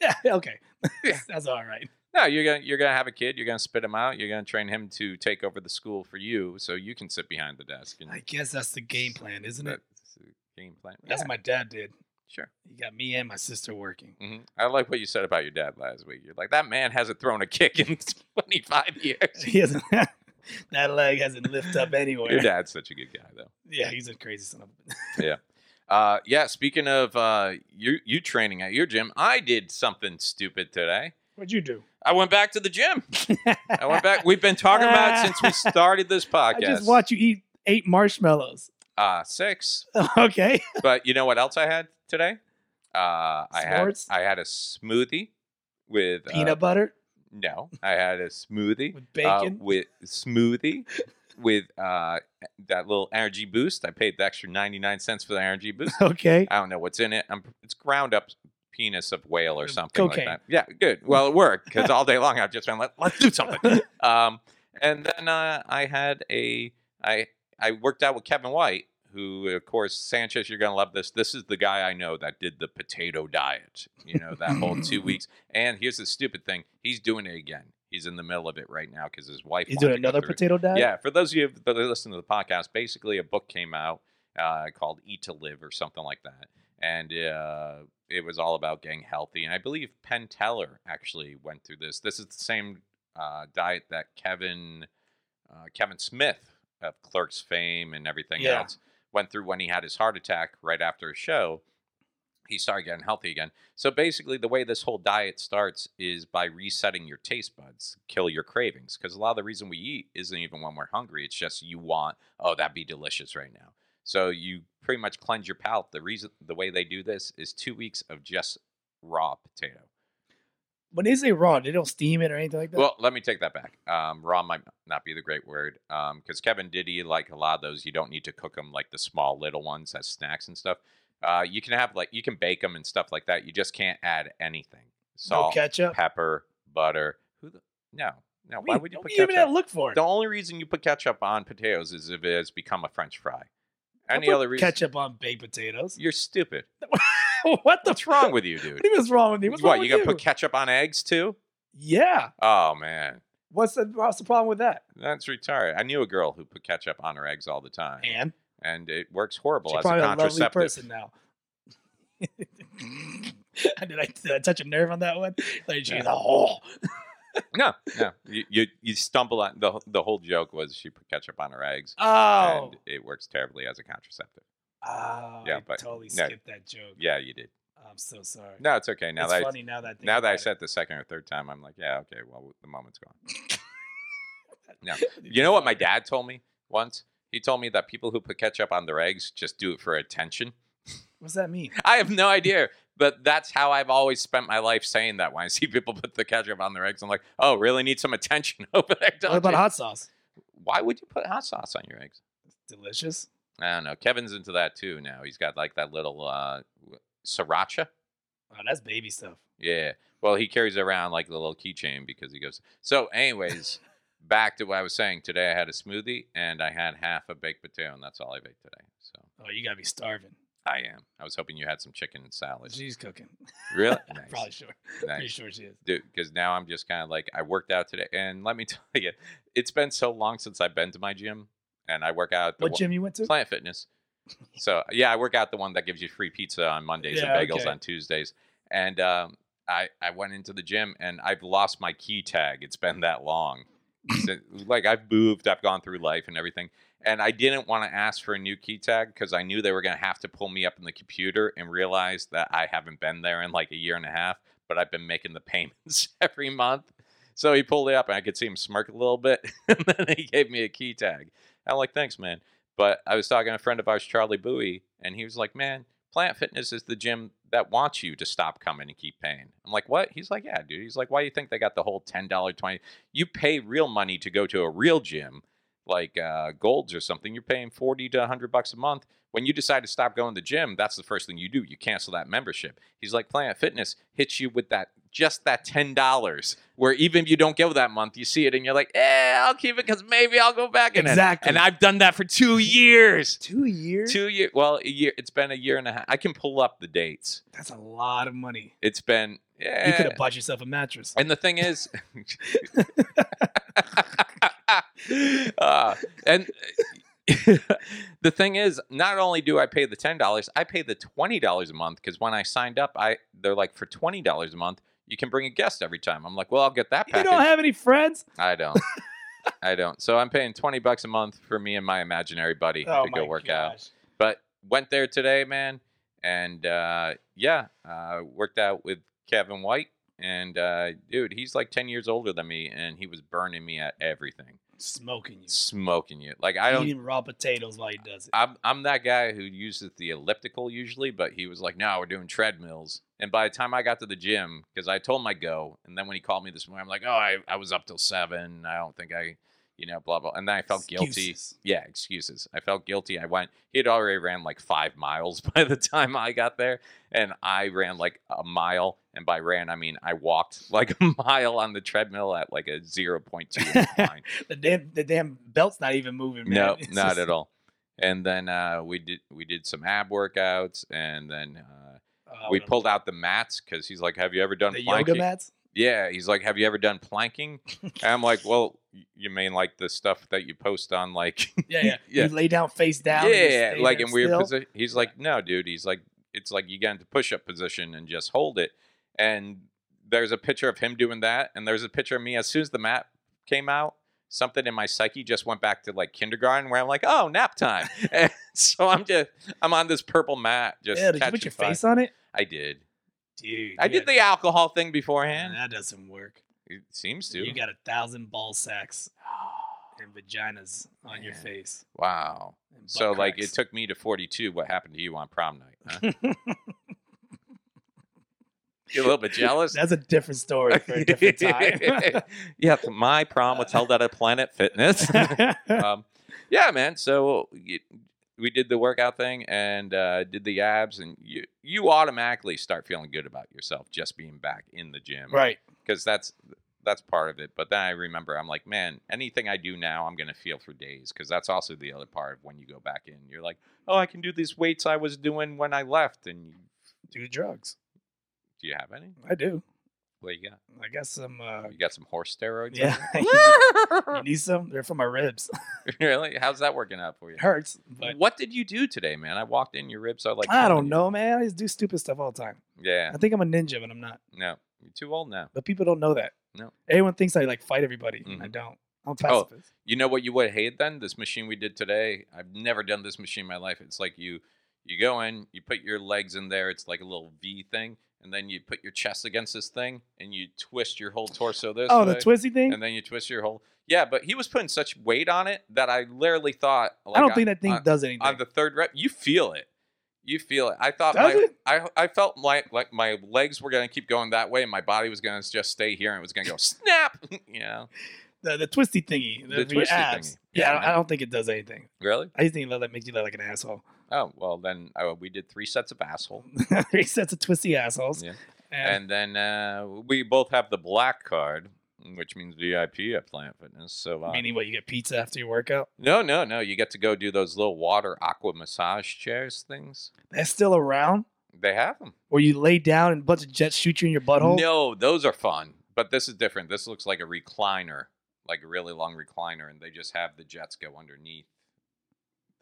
[SPEAKER 1] yeah. Okay.
[SPEAKER 2] Yeah.
[SPEAKER 1] That's all right.
[SPEAKER 2] No, you're gonna you're gonna have a kid. You're gonna spit him out. You're gonna train him to take over the school for you, so you can sit behind the desk. And
[SPEAKER 1] I guess that's the game plan, isn't it?
[SPEAKER 2] That's the game plan.
[SPEAKER 1] That's
[SPEAKER 2] Yeah,
[SPEAKER 1] what my dad did.
[SPEAKER 2] sure.
[SPEAKER 1] He got me and my sister working.
[SPEAKER 2] hmm I like what you said about your dad last week. You're like that man hasn't thrown a kick in 25 years.
[SPEAKER 1] He hasn't, that leg hasn't lifted up
[SPEAKER 2] Your
[SPEAKER 1] anywhere.
[SPEAKER 2] dad's such a good guy, though.
[SPEAKER 1] Yeah, he's a crazy son of a.
[SPEAKER 2] Uh, yeah. Speaking of uh, you you training at your gym, I did something stupid today.
[SPEAKER 1] What'd you do?
[SPEAKER 2] I went back to the gym. I went back. We've been talking about it since we started this podcast.
[SPEAKER 1] I just watched you eat eight marshmallows.
[SPEAKER 2] uh, six.
[SPEAKER 1] okay.
[SPEAKER 2] But you know what else I had today? Uh, I had
[SPEAKER 1] S'mores?
[SPEAKER 2] I had a smoothie with uh,
[SPEAKER 1] Peanut butter
[SPEAKER 2] No, I had a smoothie
[SPEAKER 1] with
[SPEAKER 2] uh,
[SPEAKER 1] bacon.
[SPEAKER 2] with smoothie with uh, that little energy boost. I paid the extra ninety nine cents for the energy boost.
[SPEAKER 1] okay.
[SPEAKER 2] I don't know what's in it. i it's ground up penis of whale or something
[SPEAKER 1] Cocaine.
[SPEAKER 2] like that. Yeah, good. Well, it worked because all day long I've just been like, let's do something. Um, and then uh, I had a I I worked out with Kevin White, who of course Sanchez, you're gonna love this. This is the guy I know that did the potato diet. You know that whole two weeks. And here's the stupid thing: he's doing it again. He's in the middle of it right now because his wife.
[SPEAKER 1] You
[SPEAKER 2] wanted
[SPEAKER 1] doing
[SPEAKER 2] to go
[SPEAKER 1] another
[SPEAKER 2] through-
[SPEAKER 1] potato diet?
[SPEAKER 2] yeah, for those of you that are listening to the podcast, basically a book came out uh, called Eat to Live or something like that. And uh, it was all about getting healthy. And I believe Penn Teller actually went through this. This is the same uh, diet that Kevin uh, Kevin Smith of Clerks fame and everything
[SPEAKER 1] Yeah.
[SPEAKER 2] else went through when he had his heart attack right after a show. He started getting healthy again. So basically, the way this whole diet starts is by resetting your taste buds, kill your cravings. Because a lot of the reason we eat isn't even when we're hungry. It's just you want, oh, that'd be delicious right now. So you pretty much cleanse your palate. The reason, the way they do this is two weeks of just raw potato.
[SPEAKER 1] When they say raw, they don't steam it or anything like that.
[SPEAKER 2] Well, let me take that back. Um, raw might not be the great word because Kevin did eat like a lot of those. You don't need to cook them like the small little ones as snacks and stuff. Uh, you can have like you can bake them and stuff like that. You just can't add anything.
[SPEAKER 1] no
[SPEAKER 2] Salt,
[SPEAKER 1] ketchup.
[SPEAKER 2] pepper, butter. Who the no, no. Why
[SPEAKER 1] Wait,
[SPEAKER 2] would you
[SPEAKER 1] don't
[SPEAKER 2] put
[SPEAKER 1] we even have
[SPEAKER 2] ketchup?
[SPEAKER 1] to look for it.
[SPEAKER 2] The only reason you put ketchup on potatoes is if it has become a French fry.
[SPEAKER 1] Don't
[SPEAKER 2] Any
[SPEAKER 1] put
[SPEAKER 2] other reason?
[SPEAKER 1] Ketchup on baked potatoes.
[SPEAKER 2] You're stupid.
[SPEAKER 1] what the?
[SPEAKER 2] What's wrong
[SPEAKER 1] What
[SPEAKER 2] with you,
[SPEAKER 1] do
[SPEAKER 2] dude?
[SPEAKER 1] you mean what's wrong with me? What's
[SPEAKER 2] what
[SPEAKER 1] wrong
[SPEAKER 2] you
[SPEAKER 1] with
[SPEAKER 2] gonna put ketchup on eggs too?
[SPEAKER 1] Yeah.
[SPEAKER 2] Oh man,
[SPEAKER 1] What's the what's the problem with that?
[SPEAKER 2] That's retarded. I knew a girl who put ketchup on her eggs all the time,
[SPEAKER 1] And
[SPEAKER 2] and it works horrible
[SPEAKER 1] she's
[SPEAKER 2] as a
[SPEAKER 1] probably a lovely
[SPEAKER 2] contraceptive.
[SPEAKER 1] person now. did, I, did I touch a nerve on that one? Like "Oh." she's a whole.
[SPEAKER 2] no, no, you, you you stumble on the the whole joke was she put ketchup on her eggs,
[SPEAKER 1] Oh,
[SPEAKER 2] and it works terribly as a contraceptive.
[SPEAKER 1] oh
[SPEAKER 2] Yeah,
[SPEAKER 1] I
[SPEAKER 2] but
[SPEAKER 1] totally
[SPEAKER 2] no.
[SPEAKER 1] skipped that joke.
[SPEAKER 2] Yeah, you did.
[SPEAKER 1] I'm so sorry.
[SPEAKER 2] No, it's okay. Now
[SPEAKER 1] it's
[SPEAKER 2] that I,
[SPEAKER 1] funny now that I think
[SPEAKER 2] now that
[SPEAKER 1] about
[SPEAKER 2] I
[SPEAKER 1] it.
[SPEAKER 2] said it the second or third time, I'm like, yeah, okay. Well, the moment's gone. You know what my dad told me once? He told me that people who put ketchup on their eggs just do it for attention.
[SPEAKER 1] What's that mean?
[SPEAKER 2] I have no idea, but that's how I've always spent my life saying that. When I see people put the ketchup on their eggs, I'm like, oh, really need some attention over there. Don't
[SPEAKER 1] What about
[SPEAKER 2] you?
[SPEAKER 1] hot sauce?
[SPEAKER 2] Why would you put hot sauce on your eggs?
[SPEAKER 1] Delicious.
[SPEAKER 2] I don't know. Kevin's into that too now. He's got like that little uh, sriracha.
[SPEAKER 1] Oh, that's baby stuff.
[SPEAKER 2] Yeah. Well, he carries around like the little keychain because he goes. So, anyways, back to what I was saying. Today I had a smoothie and I had half a baked potato, and that's all I ate today. So
[SPEAKER 1] Oh, you gotta be starving.
[SPEAKER 2] I am. I was hoping you had some chicken and salad.
[SPEAKER 1] She's cooking.
[SPEAKER 2] Really?
[SPEAKER 1] Probably
[SPEAKER 2] Nice.
[SPEAKER 1] sure. Pretty
[SPEAKER 2] nice.
[SPEAKER 1] sure she is.
[SPEAKER 2] Dude, because now I'm just kind of like, I worked out today. And let me tell you, it's been so long since I've been to my gym and I work out at the
[SPEAKER 1] What
[SPEAKER 2] one-
[SPEAKER 1] gym you went to?
[SPEAKER 2] Planet Fitness. So yeah, I work out the one that gives you free pizza on Mondays
[SPEAKER 1] Yeah,
[SPEAKER 2] and bagels
[SPEAKER 1] okay.
[SPEAKER 2] on Tuesdays. And um, I I went into the gym and I've lost my key tag. It's been that long. So, like I've moved, I've gone through life and everything. And I didn't want to ask for a new key tag because I knew they were gonna have to pull me up in the computer and realize that I haven't been there in like a year and a half. But I've been making the payments every month. So he pulled it up and I could see him smirk a little bit. and then he gave me a key tag. I'm like, thanks, man. But I was talking to a friend of ours, Charlie Bowie, and he was like, man, Plant Fitness is the gym that wants you to stop coming and keep paying. I'm like, what? He's like, yeah, dude. He's like, why do you think they got the whole $10, 20 You pay real money to go to a real gym, like uh, Gold's or something. You're paying 40 to 100 bucks a month. When you decide to stop going to the gym, that's the first thing you do. You cancel that membership. He's like, Planet Fitness hits you with that just that $10, where even if you don't go that month, you see it and you're like, eh, I'll keep it because maybe I'll go back in it.
[SPEAKER 1] Exactly.
[SPEAKER 2] And I've done that for two years.
[SPEAKER 1] Two years.
[SPEAKER 2] Two year. Well, a year. It's been a year and a half. I can pull up the dates.
[SPEAKER 1] That's a lot of money.
[SPEAKER 2] It's been. Yeah.
[SPEAKER 1] You could have bought yourself a mattress.
[SPEAKER 2] and the thing is, Uh, and the thing is, not only do I pay the ten dollars, I pay the twenty dollars a month because when I signed up, I they're like for twenty dollars a month, you can bring a guest every time. I'm like, well, I'll get that
[SPEAKER 1] You
[SPEAKER 2] package.
[SPEAKER 1] don't have any friends?
[SPEAKER 2] I don't. I don't. So I'm paying twenty bucks a month for me and my imaginary buddy
[SPEAKER 1] Oh
[SPEAKER 2] to go work out. but went there today, man, and uh, yeah, uh, worked out with Kevin White, and uh, dude, he's like ten years older than me, and he was burning me at everything,
[SPEAKER 1] Smoking you.
[SPEAKER 2] smoking you. Like I don't,
[SPEAKER 1] Eating raw potatoes while he does it.
[SPEAKER 2] I'm I'm that guy who uses the elliptical usually, but he was like, no, we're doing treadmills. And by the time I got to the gym, because I told him I go, and then when he called me this morning, I'm like, oh, I, I was up till seven. I don't think I, you know, blah blah. And then I felt guilty.
[SPEAKER 1] Excuses.
[SPEAKER 2] Yeah, excuses. I felt guilty. I went. He had already ran like five miles by the time I got there, and I ran like a mile. And by ran, I mean I walked like a mile on the treadmill at like a zero point two line.
[SPEAKER 1] The damn, the damn belt's not even moving, man.
[SPEAKER 2] No,
[SPEAKER 1] It's
[SPEAKER 2] not
[SPEAKER 1] just-
[SPEAKER 2] at all. And then uh, we did we did some ab workouts, and then uh,
[SPEAKER 1] Oh,
[SPEAKER 2] we
[SPEAKER 1] the-
[SPEAKER 2] pulled out the mats because he's like, "Have you ever done
[SPEAKER 1] the yoga
[SPEAKER 2] planking?"
[SPEAKER 1] mats.
[SPEAKER 2] Yeah, he's like, "Have you ever done planking?" and I'm like, "Well, y- you mean like the stuff that you post on like
[SPEAKER 1] Yeah, yeah.
[SPEAKER 2] Yeah.
[SPEAKER 1] You lay down face down. and just
[SPEAKER 2] yeah,
[SPEAKER 1] stay
[SPEAKER 2] like
[SPEAKER 1] there
[SPEAKER 2] in weird
[SPEAKER 1] still.
[SPEAKER 2] position. He's like, no, dude. He's like, it's like you get into push-up position and just hold it. And there's a picture of him doing that, and there's a picture of me. As soon as the map came out, something in my psyche just went back to like kindergarten, where I'm like, oh, nap time. and so I'm just, I'm on this purple mat, just
[SPEAKER 1] Yeah, did you
[SPEAKER 2] catching
[SPEAKER 1] put your
[SPEAKER 2] fire.
[SPEAKER 1] face on it?
[SPEAKER 2] I did.
[SPEAKER 1] Dude.
[SPEAKER 2] I
[SPEAKER 1] you
[SPEAKER 2] did
[SPEAKER 1] got-
[SPEAKER 2] the alcohol thing beforehand.
[SPEAKER 1] That doesn't work.
[SPEAKER 2] It seems to.
[SPEAKER 1] You got a thousand ball sacks and vaginas on your
[SPEAKER 2] Man.
[SPEAKER 1] face.
[SPEAKER 2] wow.
[SPEAKER 1] and butt
[SPEAKER 2] So like, it
[SPEAKER 1] cracks.
[SPEAKER 2] took me to 42. What happened to you on prom night? Huh? You're a little bit jealous.
[SPEAKER 1] That's a different story for a different time.
[SPEAKER 2] yeah, so my prom was held out at Planet Fitness. um, yeah, man. So y- we did the workout thing and uh, did the abs, and you you automatically start feeling good about yourself just being back in the gym,
[SPEAKER 1] right.
[SPEAKER 2] Because that's that's part of it. But then I remember I'm like, man, anything I do now, I'm gonna feel for days. Because that's also the other part of when you go back in, you're like, oh, I can do these weights I was doing when I left, and you,
[SPEAKER 1] Do drugs.
[SPEAKER 2] do you have any?
[SPEAKER 1] I do.
[SPEAKER 2] What you got?
[SPEAKER 1] I got some. Uh,
[SPEAKER 2] You got some horse steroids?
[SPEAKER 1] yeah, you need some. They're for my ribs.
[SPEAKER 2] really? How's that working out for you?
[SPEAKER 1] It hurts, but
[SPEAKER 2] what did you do today, man? I walked in, your ribs are like.
[SPEAKER 1] I
[SPEAKER 2] killing
[SPEAKER 1] don't
[SPEAKER 2] you.
[SPEAKER 1] know, man. I just do stupid stuff all the time.
[SPEAKER 2] Yeah.
[SPEAKER 1] I think I'm a ninja, but I'm not.
[SPEAKER 2] No. You're too old now.
[SPEAKER 1] But people don't know that.
[SPEAKER 2] No.
[SPEAKER 1] Everyone thinks I like fight everybody. and I
[SPEAKER 2] Mhm.
[SPEAKER 1] don't. I'm a
[SPEAKER 2] Oh.
[SPEAKER 1] pacifist.
[SPEAKER 2] You know what you would hate then? This machine we did today. I've never done this machine in my life. It's like you you go in, you put your legs in there, it's like a little V thing, and then you put your chest against this thing and you twist your whole torso this
[SPEAKER 1] Oh,
[SPEAKER 2] way.
[SPEAKER 1] the twisty thing.
[SPEAKER 2] and then you twist your whole Yeah, but he was putting such weight on it that I literally thought like,
[SPEAKER 1] I don't
[SPEAKER 2] on-
[SPEAKER 1] think that thing
[SPEAKER 2] on,
[SPEAKER 1] does anything.
[SPEAKER 2] on the third rep, you feel it. You feel it. I thought
[SPEAKER 1] Does
[SPEAKER 2] my,
[SPEAKER 1] it?
[SPEAKER 2] I I felt like like my legs were gonna keep going that way, and my body was gonna just stay here, and it was gonna go snap. you know,
[SPEAKER 1] the, the twisty thingy. The,
[SPEAKER 2] The
[SPEAKER 1] for your
[SPEAKER 2] twisty
[SPEAKER 1] abs.
[SPEAKER 2] thingy.
[SPEAKER 1] Yeah,
[SPEAKER 2] Yeah,
[SPEAKER 1] I, don't,
[SPEAKER 2] man.
[SPEAKER 1] I don't think it does anything.
[SPEAKER 2] really?
[SPEAKER 1] I just think that makes you look like an asshole.
[SPEAKER 2] Oh well, then uh, we did three sets of asshole,
[SPEAKER 1] Three sets of twisty assholes.
[SPEAKER 2] Yeah.
[SPEAKER 1] And,
[SPEAKER 2] and then uh, we both have the black card, which means VIP at Planet Fitness. So uh,
[SPEAKER 1] meaning what? You get pizza after your workout?
[SPEAKER 2] no, no, no, you get to go do those little water aqua massage chairs things.
[SPEAKER 1] That's still around?
[SPEAKER 2] They have them.
[SPEAKER 1] Where you lay down and a bunch of jets shoot you in your butthole?
[SPEAKER 2] No, those are fun, but this is different. This looks like a recliner, like a really long recliner, and they just have the jets go underneath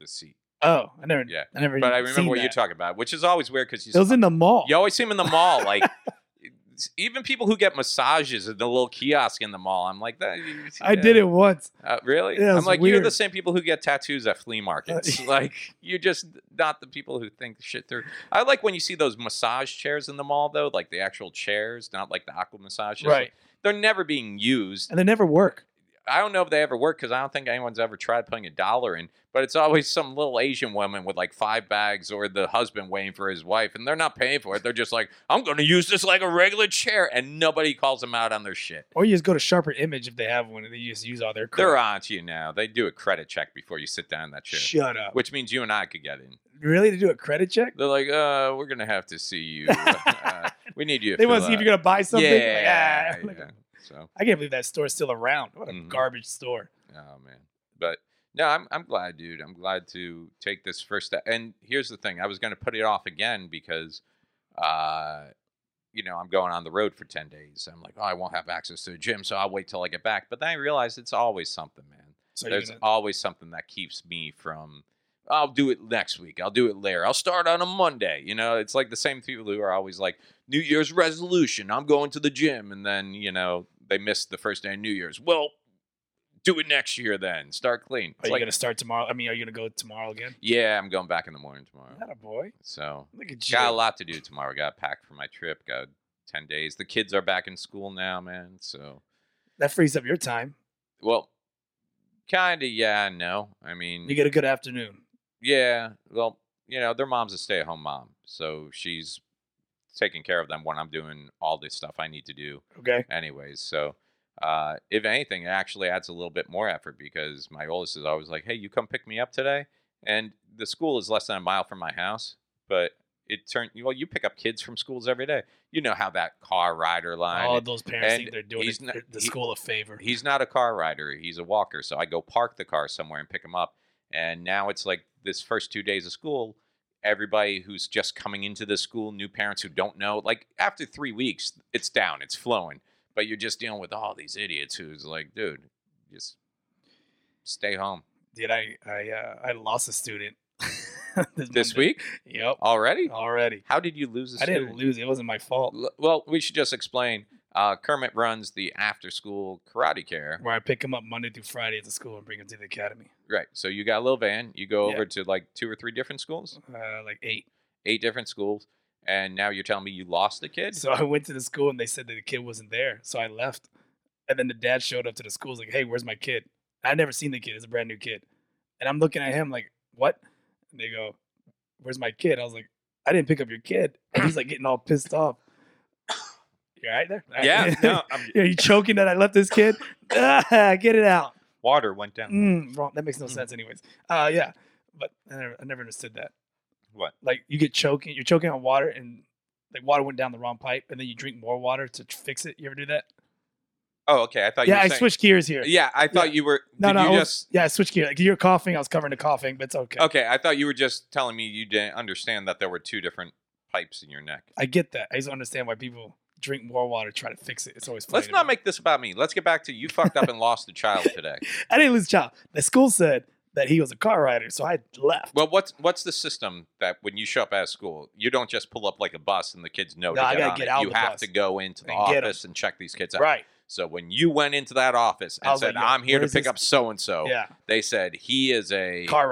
[SPEAKER 2] the seat.
[SPEAKER 1] Oh, I never.
[SPEAKER 2] Yeah,
[SPEAKER 1] I never.
[SPEAKER 2] But I
[SPEAKER 1] seen
[SPEAKER 2] remember what
[SPEAKER 1] that.
[SPEAKER 2] you're talking about, which is always weird because you,
[SPEAKER 1] It was in the mall.
[SPEAKER 2] you always see them in the mall, like. it's- Even people who get massages at the little kiosk in the mall, I'm like that. you-
[SPEAKER 1] I did
[SPEAKER 2] yeah.
[SPEAKER 1] it once.
[SPEAKER 2] Uh, really?
[SPEAKER 1] Yeah, it
[SPEAKER 2] I'm
[SPEAKER 1] was
[SPEAKER 2] like you're the
[SPEAKER 1] weird.
[SPEAKER 2] same people who get tattoos at flea markets. like you're just not the people who think shit through. I like when you see those massage chairs in the mall though, like the actual chairs, not like the aqua massage. chairs.
[SPEAKER 1] Right.
[SPEAKER 2] They're never being used.
[SPEAKER 1] And they never work.
[SPEAKER 2] I don't know if they ever work because I don't think anyone's ever tried putting a dollar in. But it's always some little Asian woman with like five bags, or the husband waiting for his wife, and they're not paying for it. They're just like, I'm going to use this like a regular chair, and nobody calls them out on their shit.
[SPEAKER 1] Or you just go to Sharper Image if they have one and they just use all their crap.
[SPEAKER 2] They're on to you now. They do a credit check before you sit down in that chair.
[SPEAKER 1] Shut up.
[SPEAKER 2] which means you and I could get in.
[SPEAKER 1] Really? To do a credit check?
[SPEAKER 2] They're like, uh, we're gonna have to see you. Uh, we need you. To
[SPEAKER 1] They want to
[SPEAKER 2] fill
[SPEAKER 1] see if
[SPEAKER 2] out-
[SPEAKER 1] you're going to buy something? Like,
[SPEAKER 2] Yeah,
[SPEAKER 1] ah, like,
[SPEAKER 2] yeah. So,
[SPEAKER 1] I can't believe that store's still around. What a
[SPEAKER 2] Mhm.
[SPEAKER 1] garbage store.
[SPEAKER 2] oh man, but no, I'm I'm glad, dude. I'm glad to take this first step. And here's the thing: I was gonna put it off again because, uh, you know, I'm going on the road for ten days. I'm like, oh, I won't have access to a gym, so I'll wait till I get back. But then I realized it's always something, man.
[SPEAKER 1] So you're
[SPEAKER 2] there's
[SPEAKER 1] gonna,
[SPEAKER 2] always something that keeps me from I'll do it next week. I'll do it later. I'll start on a Monday. You know, it's like the same people who are always like New Year's resolution. I'm going to the gym and then, you know, they miss the first day of New Year's. Well, do it next year then. Start clean.
[SPEAKER 1] are
[SPEAKER 2] It's
[SPEAKER 1] you
[SPEAKER 2] like,
[SPEAKER 1] going to start tomorrow? I mean, are you going to go tomorrow again?
[SPEAKER 2] yeah, I'm going back in the morning tomorrow.
[SPEAKER 1] Not a boy.
[SPEAKER 2] So,
[SPEAKER 1] Look at you.
[SPEAKER 2] got a lot to do tomorrow. Got to pack for my trip. Got 10 days. The kids are back in school now, man. So,
[SPEAKER 1] That frees up your time.
[SPEAKER 2] well, kind of yeah, no. I mean,
[SPEAKER 1] You get a good afternoon.
[SPEAKER 2] Yeah. Well, you know, their mom's a stay at home mom. So she's taking care of them when I'm doing all this stuff I need to do,
[SPEAKER 1] Okay.
[SPEAKER 2] anyways. So, uh, if anything, it actually adds a little bit more effort because my oldest is always like, hey, you come pick me up today. And the school is less than a mile from my house. But it turned, well, you pick up kids from schools every day. You know how that car rider line.
[SPEAKER 1] All those parents
[SPEAKER 2] and
[SPEAKER 1] think they're doing
[SPEAKER 2] he's
[SPEAKER 1] it,
[SPEAKER 2] not-
[SPEAKER 1] the
[SPEAKER 2] he-
[SPEAKER 1] school a favor.
[SPEAKER 2] He's not a car rider. He's a walker. So I go park the car somewhere and pick him up. And now it's like this first two days of school, everybody who's just coming into the school, new parents who don't know, like after three weeks, it's down, it's flowing. But you're just dealing with all these idiots who's like, dude, just stay home.
[SPEAKER 1] Dude, I I uh, I lost a student this,
[SPEAKER 2] This
[SPEAKER 1] Monday.
[SPEAKER 2] week
[SPEAKER 1] Yep.
[SPEAKER 2] already?
[SPEAKER 1] Already.
[SPEAKER 2] How did you lose this?
[SPEAKER 1] I didn't lose. It It wasn't my fault.
[SPEAKER 2] Well, we should just explain. Uh, Kermit runs the after school karate care.
[SPEAKER 1] Where I pick him up Monday through Friday at the school and bring him to the academy.
[SPEAKER 2] Right. So you got a little van. You go
[SPEAKER 1] Yeah.
[SPEAKER 2] over to like two or three different schools.
[SPEAKER 1] Uh, like eight.
[SPEAKER 2] eight different schools, and now you're telling me you lost the kid?
[SPEAKER 1] So I went to the school and they said that the kid wasn't there. So I left. And then the dad showed up to the school, was like, hey, where's my kid? I've never seen the kid. It's a brand new kid. And I'm looking at him like, what? And they go, where's my kid? I was like, I didn't pick up your kid. And he's like getting all pissed off. You all right there?
[SPEAKER 2] yeah, no, I'm-
[SPEAKER 1] Are you choking that I left this kid? Ah, Get it out.
[SPEAKER 2] water went down.
[SPEAKER 1] Mm, wrong. That makes no
[SPEAKER 2] Mm.
[SPEAKER 1] sense, anyways. Uh, yeah, but I never, I never understood that.
[SPEAKER 2] What?
[SPEAKER 1] Like you get choking, you're choking on water, and like water went down the wrong pipe, and then you drink more water to tr- fix it. You ever do that?
[SPEAKER 2] Oh, okay. I thought
[SPEAKER 1] yeah,
[SPEAKER 2] you
[SPEAKER 1] I
[SPEAKER 2] were saying,
[SPEAKER 1] switched gears here.
[SPEAKER 2] Yeah, I thought you were.
[SPEAKER 1] No,
[SPEAKER 2] did
[SPEAKER 1] no,
[SPEAKER 2] you
[SPEAKER 1] I was-
[SPEAKER 2] just.
[SPEAKER 1] Yeah, I switched gear. Like you're coughing, I was covering the coughing, but it's okay.
[SPEAKER 2] Okay, I thought you were just telling me you didn't understand that there were two different pipes in your neck.
[SPEAKER 1] I get that. I just don't understand why people drink more water, try to fix it. It's always funny.
[SPEAKER 2] Let's
[SPEAKER 1] to
[SPEAKER 2] not
[SPEAKER 1] me.
[SPEAKER 2] make this about me. Let's get back to you fucked up and lost a child today.
[SPEAKER 1] I didn't lose a child. The school said that he was a car rider, so I left.
[SPEAKER 2] Well, what's what's the system that when you show up at school, you don't just pull up like a bus and the kids know
[SPEAKER 1] No,
[SPEAKER 2] to
[SPEAKER 1] I
[SPEAKER 2] get
[SPEAKER 1] gotta
[SPEAKER 2] on
[SPEAKER 1] get
[SPEAKER 2] it.
[SPEAKER 1] out
[SPEAKER 2] you
[SPEAKER 1] the
[SPEAKER 2] have
[SPEAKER 1] bus
[SPEAKER 2] to go into the
[SPEAKER 1] and get 'em.
[SPEAKER 2] office and check these kids out.
[SPEAKER 1] right.
[SPEAKER 2] So when you went into that office
[SPEAKER 1] I
[SPEAKER 2] and
[SPEAKER 1] was
[SPEAKER 2] said,
[SPEAKER 1] like, yo,
[SPEAKER 2] "I'm here to
[SPEAKER 1] where's
[SPEAKER 2] pick
[SPEAKER 1] this-
[SPEAKER 2] up so and so,"
[SPEAKER 1] Yeah.
[SPEAKER 2] they said he is a car,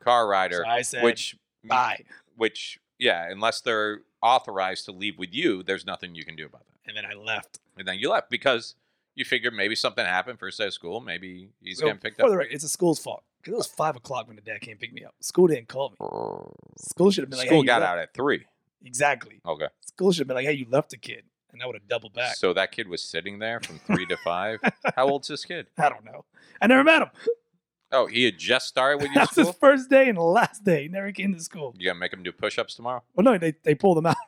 [SPEAKER 1] Car rider.
[SPEAKER 2] rider,
[SPEAKER 1] So I said,
[SPEAKER 2] which
[SPEAKER 1] bye.
[SPEAKER 2] which yeah, unless they're authorized to leave with you, there's nothing you can do about that.
[SPEAKER 1] And then I left.
[SPEAKER 2] And then you left because you figured maybe something happened first day of school, maybe he's
[SPEAKER 1] So,
[SPEAKER 2] getting picked
[SPEAKER 1] for
[SPEAKER 2] up.
[SPEAKER 1] the record, it's the school's fault. 'Cause it was five o'clock when the dad came pick me up. School didn't call me. School should have been like,
[SPEAKER 2] school
[SPEAKER 1] hey,
[SPEAKER 2] got
[SPEAKER 1] you left-
[SPEAKER 2] out at three.
[SPEAKER 1] Exactly.
[SPEAKER 2] Okay.
[SPEAKER 1] School should have been like, hey, you left the kid. And I would have doubled back.
[SPEAKER 2] So that kid was sitting there from three to five. How old's this kid?
[SPEAKER 1] I don't know. I never met him.
[SPEAKER 2] Oh, he had just started with your
[SPEAKER 1] That was his
[SPEAKER 2] school.
[SPEAKER 1] first day and the last day. He never came to school.
[SPEAKER 2] You gonna make him do push-ups tomorrow?
[SPEAKER 1] Well, no, they, they pulled him out.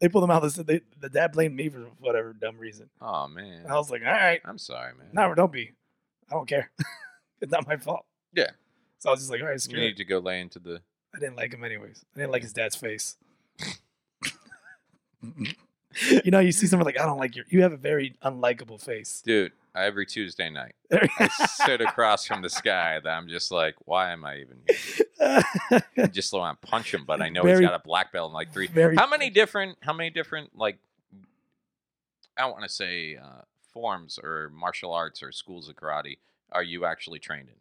[SPEAKER 1] They pulled him out. They said they, the dad blamed me for whatever dumb reason.
[SPEAKER 2] Oh man,
[SPEAKER 1] And I was like, all right,
[SPEAKER 2] I'm sorry, man.
[SPEAKER 1] no, don't be. I don't care. it's not my fault.
[SPEAKER 2] Yeah.
[SPEAKER 1] So I was just like, all right,
[SPEAKER 2] you
[SPEAKER 1] screw
[SPEAKER 2] need
[SPEAKER 1] it.
[SPEAKER 2] to go lay into the.
[SPEAKER 1] I didn't like him anyways. I didn't like his dad's face. you know, you see someone like, I don't like your, you have a very unlikable face.
[SPEAKER 2] Dude, every Tuesday night, I sit across from this guy that I'm just like, why am I even here? I just want to punch him, but I know
[SPEAKER 1] Very-
[SPEAKER 2] he's got a black belt in like three.
[SPEAKER 1] Very,
[SPEAKER 2] How many different? How many different like? I don't want to say uh, forms or martial arts or schools of karate are you actually trained in?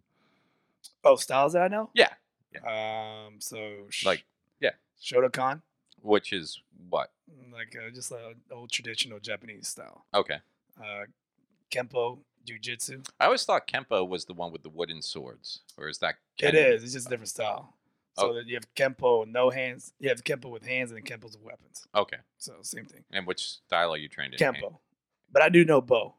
[SPEAKER 1] oh, styles that I know?
[SPEAKER 2] Yeah,
[SPEAKER 1] Um, so sh-
[SPEAKER 2] Like, yeah.
[SPEAKER 1] Shotokan,
[SPEAKER 2] which is what?
[SPEAKER 1] like uh, just uh, old traditional Japanese style.
[SPEAKER 2] Okay,
[SPEAKER 1] Uh, Kempo, Jujitsu.
[SPEAKER 2] I always thought Kempo was the one with the wooden swords, or is that?
[SPEAKER 1] It
[SPEAKER 2] Ken?
[SPEAKER 1] is. It's just a different style. So
[SPEAKER 2] Oh.
[SPEAKER 1] that you have Kempo with no hands. You have Kempo with hands and Kempo's with weapons.
[SPEAKER 2] Okay,
[SPEAKER 1] So same thing.
[SPEAKER 2] and which style are you trained in?
[SPEAKER 1] Kempo, but I do know Bo.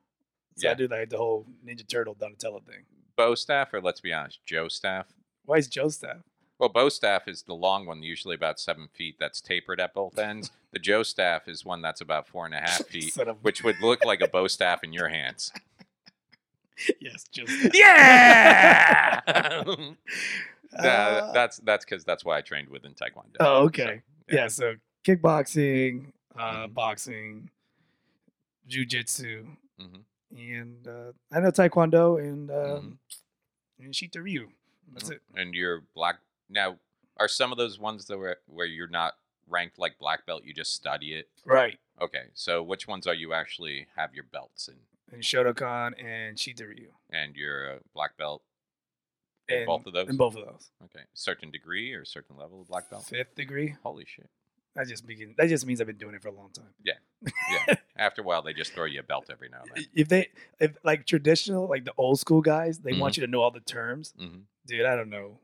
[SPEAKER 1] So
[SPEAKER 2] Yeah.
[SPEAKER 1] I do like the whole Ninja Turtle Donatello thing.
[SPEAKER 2] Bo staff, or let's be honest, Joe staff.
[SPEAKER 1] Why is Joe staff?
[SPEAKER 2] Well, bow staff is the long one, usually about seven feet. That's tapered at both ends. The Joe staff is one that's about four and a half feet,
[SPEAKER 1] Son of a-
[SPEAKER 2] which would look like a bow staff in your hands.
[SPEAKER 1] yes, Joe. Staff.
[SPEAKER 2] Yeah,
[SPEAKER 1] Uh,
[SPEAKER 2] that's that's because that's what I trained with in Taekwondo.
[SPEAKER 1] Oh, okay.
[SPEAKER 2] yeah.
[SPEAKER 1] yeah. so kickboxing, uh,
[SPEAKER 2] Mhm.
[SPEAKER 1] boxing, jujitsu,
[SPEAKER 2] Mhm.
[SPEAKER 1] and uh, I know taekwondo and um,
[SPEAKER 2] Mm-hmm.
[SPEAKER 1] and Shita Ryu. That's it.
[SPEAKER 2] And you're black now. Are some of those ones that were where you're not ranked like black belt? You just study it.
[SPEAKER 1] Right.
[SPEAKER 2] Okay, so which ones are you actually have your belts in?
[SPEAKER 1] And Shotokan and Shita Ryu.
[SPEAKER 2] And you're a black belt in
[SPEAKER 1] And,
[SPEAKER 2] both of those.
[SPEAKER 1] In both of those.
[SPEAKER 2] Okay, certain degree or certain level of black belt.
[SPEAKER 1] Fifth degree.
[SPEAKER 2] Holy shit!
[SPEAKER 1] That just begin, That just means I've been doing it for a long time.
[SPEAKER 2] Yeah. After a while, they just throw you a belt every now and
[SPEAKER 1] If they, if like traditional, like the old school guys, they
[SPEAKER 2] Mhm.
[SPEAKER 1] want you to know all the terms.
[SPEAKER 2] then. hmm
[SPEAKER 1] Dude, I don't know.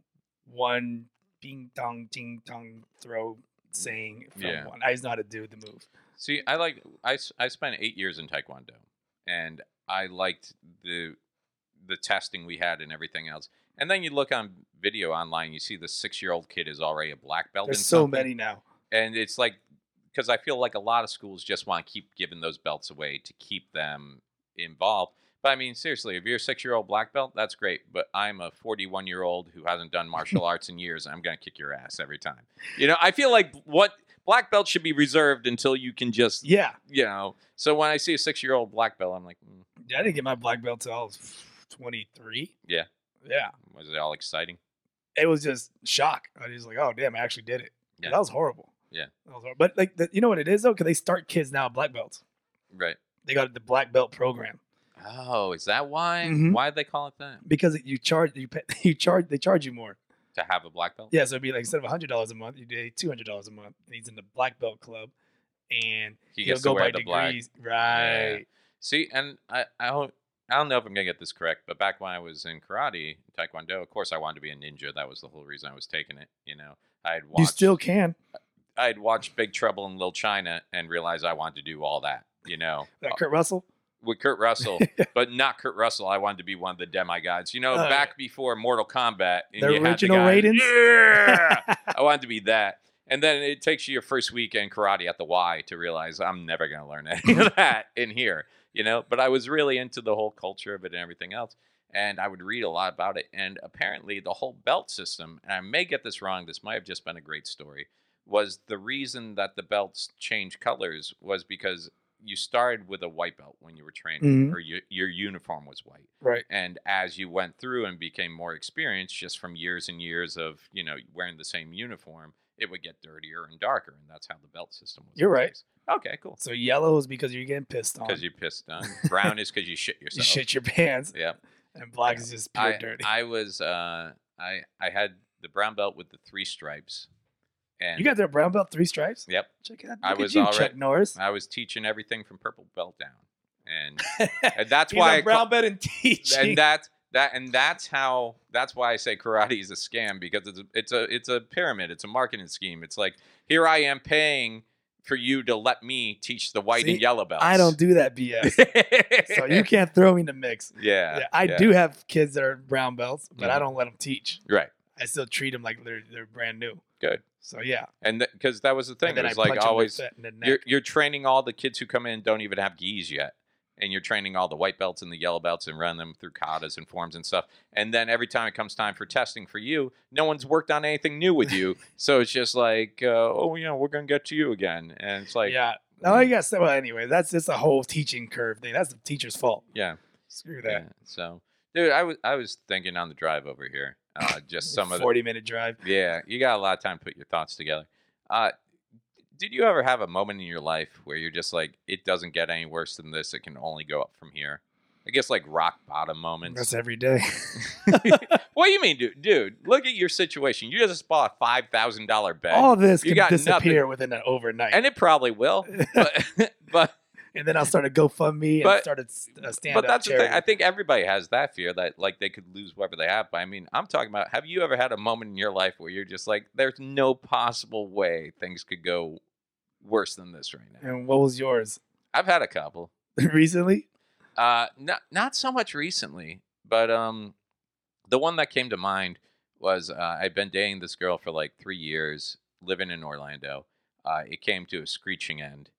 [SPEAKER 1] One ping tong, ting tong, throw saying from
[SPEAKER 2] Yeah.
[SPEAKER 1] one. I just know how to do the move.
[SPEAKER 2] See, I like I, s- I spent eight years in Taekwondo, and I liked the the testing we had and everything else. And then you look on video online, you see the six year old kid is already a black belt. in
[SPEAKER 1] There's so
[SPEAKER 2] something,
[SPEAKER 1] many now.
[SPEAKER 2] and it's like because I feel like a lot of schools just want to keep giving those belts away to keep them involved. But I mean, seriously, if you're a six year old black belt, that's great. But I'm a 41 year old who hasn't done martial arts in years, and I'm going to kick your ass every time. You know, I feel like what black belt should be reserved until you can just,
[SPEAKER 1] Yeah.
[SPEAKER 2] you know. So when I see a six year old black belt, I'm like, mm,
[SPEAKER 1] Yeah, I didn't get my black belt till I was 23.
[SPEAKER 2] Yeah.
[SPEAKER 1] Yeah.
[SPEAKER 2] was it all exciting?
[SPEAKER 1] It was just shock. I was like, oh, damn, I actually did it.
[SPEAKER 2] Yeah.
[SPEAKER 1] That was horrible.
[SPEAKER 2] Yeah.
[SPEAKER 1] That was horrible. But like, the, you know what it is though? Because they start kids now at black belts.
[SPEAKER 2] Right.
[SPEAKER 1] They got the black belt program
[SPEAKER 2] Oh, is that why?
[SPEAKER 1] Mhm.
[SPEAKER 2] Why they call it that?
[SPEAKER 1] because you charge, you pay, you charge, they charge you more.
[SPEAKER 2] To have a black belt?
[SPEAKER 1] Yeah. So it'd be like instead of $100 a month, you pay $200 a month. And he's in the black belt club and
[SPEAKER 2] He
[SPEAKER 1] he'll
[SPEAKER 2] gets to
[SPEAKER 1] go
[SPEAKER 2] wear
[SPEAKER 1] by
[SPEAKER 2] the black.
[SPEAKER 1] degrees. Right.
[SPEAKER 2] See, and I, I don't I don't know if I'm gonna get this correct, but back when I was in karate, taekwondo, of course I wanted to be a ninja. That was the whole reason I was taking it. You know, I had
[SPEAKER 1] You
[SPEAKER 2] watched
[SPEAKER 1] still can.
[SPEAKER 2] I had watched Big Trouble in Little China and realized I wanted to do all that. You know,
[SPEAKER 1] Like
[SPEAKER 2] Uh,
[SPEAKER 1] Kurt Russell.
[SPEAKER 2] with Kurt Russell, but not Kurt Russell. I wanted to be one of the demigods. You know,
[SPEAKER 1] Oh,
[SPEAKER 2] back before Mortal Kombat, and
[SPEAKER 1] The
[SPEAKER 2] you had
[SPEAKER 1] original
[SPEAKER 2] guy-
[SPEAKER 1] Raidens?
[SPEAKER 2] Yeah, I wanted to be that. And then it takes you your first weekend karate at the Y to realize I'm never going to learn any of that in here, you know. But I was really into the whole culture of it and everything else, and I would read a lot about it. And apparently, the whole belt system, and I may get this wrong. This might have just been a great story, was the reason that the belts changed colors was because you started with a white belt when you were training,
[SPEAKER 1] Mhm.
[SPEAKER 2] or your your uniform was white.
[SPEAKER 1] Right.
[SPEAKER 2] And as you went through and became more experienced, just from years and years of you know wearing the same uniform, it would get dirtier and darker, and that's how the belt system was.
[SPEAKER 1] You're
[SPEAKER 2] in
[SPEAKER 1] right.
[SPEAKER 2] place. Okay, cool.
[SPEAKER 1] So yellow is because you're getting pissed on.
[SPEAKER 2] Because you pissed on brown is because you shit
[SPEAKER 1] You
[SPEAKER 2] yourself.
[SPEAKER 1] shit your pants,
[SPEAKER 2] Yeah,
[SPEAKER 1] and black
[SPEAKER 2] Yeah.
[SPEAKER 1] is just pure
[SPEAKER 2] I
[SPEAKER 1] dirty.
[SPEAKER 2] I was uh I I had the brown belt with the three stripes, and
[SPEAKER 1] you got their brown belt, three stripes.
[SPEAKER 2] yep.
[SPEAKER 1] Check it out.
[SPEAKER 2] I
[SPEAKER 1] Look at
[SPEAKER 2] was
[SPEAKER 1] you,
[SPEAKER 2] already-
[SPEAKER 1] Chuck Norris.
[SPEAKER 2] I was teaching everything from purple belt down, and, and that's why I
[SPEAKER 1] He's a
[SPEAKER 2] call-
[SPEAKER 1] brown belt and teaching.
[SPEAKER 2] and that that and that's how that's why I say karate is a scam because it's a, it's a it's a pyramid, it's a marketing scheme. It's like here I am paying for you to let me teach the white and
[SPEAKER 1] See,
[SPEAKER 2] yellow belts.
[SPEAKER 1] I don't do that BS. so you can't throw me in the mix.
[SPEAKER 2] yeah,
[SPEAKER 1] Yeah, I
[SPEAKER 2] yeah.
[SPEAKER 1] do have kids that are brown belts, but I
[SPEAKER 2] Mhm.
[SPEAKER 1] don't let them teach.
[SPEAKER 2] Right,
[SPEAKER 1] I still treat them like they're they're brand new.
[SPEAKER 2] Good.
[SPEAKER 1] So yeah,
[SPEAKER 2] and because that was the thing.
[SPEAKER 1] and then
[SPEAKER 2] It
[SPEAKER 1] I
[SPEAKER 2] was like
[SPEAKER 1] punch 'em
[SPEAKER 2] always
[SPEAKER 1] in the neck.
[SPEAKER 2] you're you're training all the kids who come in and don't even have gis yet and you're training all the white belts and the yellow belts and running them through katas and forms and stuff and then every time it comes time for testing for you no one's worked on anything new with you so it's just like uh, oh yeah we're gonna get to you again and it's like yeah,
[SPEAKER 1] yeah. No, you got so well, anyway. That's just a whole teaching curve thing. That's the teacher's fault.
[SPEAKER 2] yeah,
[SPEAKER 1] Screw that.
[SPEAKER 2] yeah. so dude i was i was thinking on the drive over here uh, just some of the
[SPEAKER 1] forty minute drive.
[SPEAKER 2] yeah you got a lot of time to put your thoughts together uh did you ever have a moment in your life where you're just like it doesn't get any worse than this it can only go up from here i guess like rock bottom moments
[SPEAKER 1] That's every day.
[SPEAKER 2] what do you mean dude dude look at your situation you just bought a $5000 bag
[SPEAKER 1] All this
[SPEAKER 2] You
[SPEAKER 1] can
[SPEAKER 2] got
[SPEAKER 1] disappear within an overnight, and,
[SPEAKER 2] and it probably will but but
[SPEAKER 1] then I'll start a GoFundMe
[SPEAKER 2] But-
[SPEAKER 1] and start a s- a stand
[SPEAKER 2] but that's the
[SPEAKER 1] charity.
[SPEAKER 2] thing i think everybody has that fear that like they could lose whatever they have but i mean i'm talking about have you ever had a moment in your life where you're just like there's no possible way things could go worse than this right now
[SPEAKER 1] and what was yours
[SPEAKER 2] i've had a couple
[SPEAKER 1] recently?
[SPEAKER 2] Uh, not not so much recently, but um, the one that came to mind was uh, I'd been dating this girl for like three years, living in Orlando. Uh, it came to a screeching end,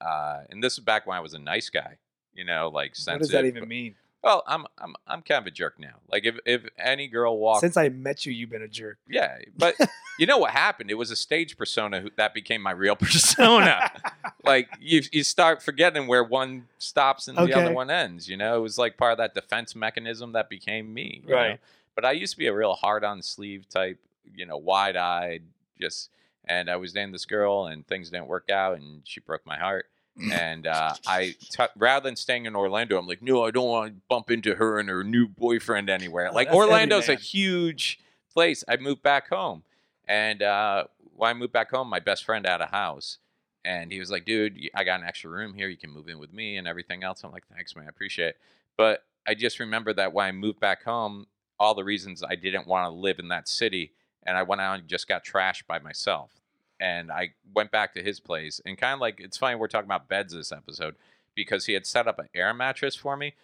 [SPEAKER 2] uh, and this is back when I was a nice guy. You know, like
[SPEAKER 1] What
[SPEAKER 2] sensitive.
[SPEAKER 1] does that even mean?
[SPEAKER 2] Well, I'm I'm I'm kind of a jerk now. Like if if any girl walked,
[SPEAKER 1] Since I met you, you've been a jerk.
[SPEAKER 2] yeah, but. You know what happened? It was a stage persona who, that became my real persona. like you, you start forgetting where one stops and the other
[SPEAKER 1] Okay.
[SPEAKER 2] one ends. You know, it was like part of that defense mechanism that became me. you know?
[SPEAKER 1] Right.
[SPEAKER 2] But I used to be a real hard on sleeve type. You know, wide eyed, just. And I was dating this girl, and things didn't work out, and she broke my heart. And uh, I, t- rather than staying in Orlando, I'm like, no, I don't want to bump into her and her new boyfriend anywhere.
[SPEAKER 1] Oh,
[SPEAKER 2] Like
[SPEAKER 1] that's every
[SPEAKER 2] Orlando's a
[SPEAKER 1] man.
[SPEAKER 2] huge place. I moved back home, and uh, when I moved back home, my best friend had a house, and he was like, dude, y- I got an extra room here. You can move in with me and everything else. I'm like, thanks, man. I appreciate it. But I just remember that when I moved back home, all the reasons I didn't want to live in that city. And I went out and just got trashed by myself. And I went back to his place. And kind of like, it's funny, we're talking about beds this episode because he had set up an air mattress for me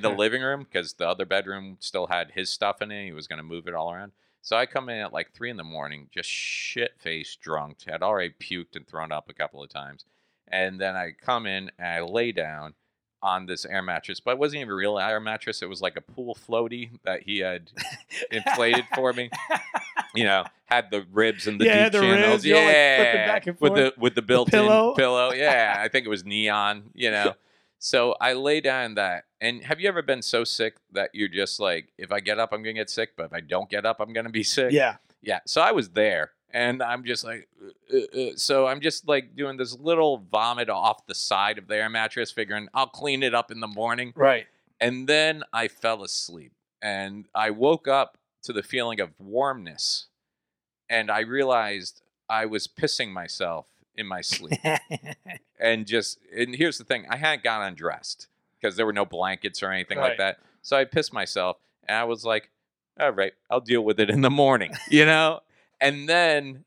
[SPEAKER 2] the living room because the other bedroom still had his stuff in it. He was going to move it all around. So I come in at like three in the morning, just shit faced drunk, had already puked and thrown up a couple of times. And then I come in and I lay down on this air mattress, but it wasn't even a real air mattress. It was like a pool floaty that he had inflated for me. You know, had the ribs and the
[SPEAKER 1] Yeah,
[SPEAKER 2] deep
[SPEAKER 1] had the
[SPEAKER 2] channels.
[SPEAKER 1] ribs, you
[SPEAKER 2] yeah,
[SPEAKER 1] know, like, flipping back and
[SPEAKER 2] with
[SPEAKER 1] forth.
[SPEAKER 2] the with the built-in
[SPEAKER 1] pillow.
[SPEAKER 2] pillow. Yeah, I think it was neon. You know, so I lay down in that. And have you ever been so sick that you're just like, if I get up, I'm gonna get sick, but if I don't get up, I'm gonna be sick?
[SPEAKER 1] yeah.
[SPEAKER 2] Yeah. So I was there, and I'm just like, uh, uh, uh. so I'm just like doing this little vomit off the side of the air mattress, figuring I'll clean it up in the morning.
[SPEAKER 1] Right.
[SPEAKER 2] And then I fell asleep, and I woke up to the feeling of warmness, and I realized I was pissing myself in my sleep and just and here's the thing i hadn't gotten undressed because there were no blankets or anything like
[SPEAKER 1] Right.
[SPEAKER 2] that so i pissed myself and i was like all right i'll deal with it in the morning you know and then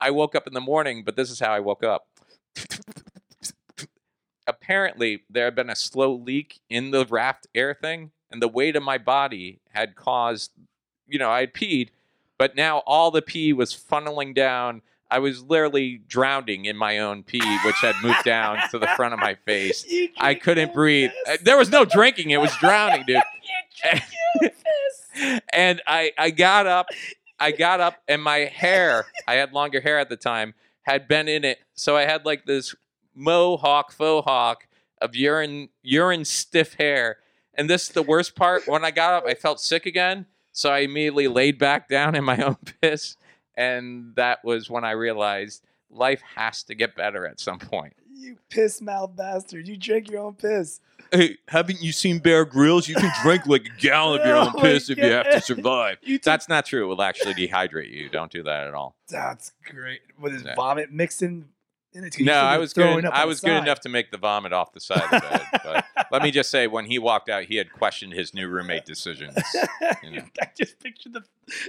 [SPEAKER 2] i woke up in the morning but this is how i woke up apparently there had been a slow leak in the raft air thing and the weight of my body had caused you know i had peed but now all the pee was funneling down i was literally drowning in my own pee which had moved down to the front of my face
[SPEAKER 1] You
[SPEAKER 2] i
[SPEAKER 1] drink
[SPEAKER 2] couldn't
[SPEAKER 1] your
[SPEAKER 2] breathe Uh,
[SPEAKER 1] piss.
[SPEAKER 2] there was no drinking it was drowning dude
[SPEAKER 1] You drink your piss.
[SPEAKER 2] and i i got up I got up and my hair, I had longer hair at the time, had been in it. So I had like this mohawk, faux hawk of urine, urine stiff hair. And this is the worst part. When I got up, I felt sick again. So I immediately laid back down in my own piss. And that was when I realized life has to get better at some point.
[SPEAKER 1] You piss mouth bastard. You drink your own piss.
[SPEAKER 2] Hey, haven't you seen Bear Grylls? You can drink like a gallon
[SPEAKER 1] of your own Oh my piss if you have to God.
[SPEAKER 2] survive.
[SPEAKER 1] You took-
[SPEAKER 2] That's not true. It will actually dehydrate you. Don't do that at all.
[SPEAKER 1] That's great. With his
[SPEAKER 2] Yeah.
[SPEAKER 1] vomit mixing in it. 'cause you
[SPEAKER 2] No,
[SPEAKER 1] said
[SPEAKER 2] I
[SPEAKER 1] you're
[SPEAKER 2] was
[SPEAKER 1] throwing
[SPEAKER 2] good.
[SPEAKER 1] up
[SPEAKER 2] I
[SPEAKER 1] on
[SPEAKER 2] was
[SPEAKER 1] the
[SPEAKER 2] good
[SPEAKER 1] side.
[SPEAKER 2] enough to make the vomit off the side of the bed. But let me just say, when he walked out, he had questioned his new roommate decisions. you know.
[SPEAKER 1] I just picture the,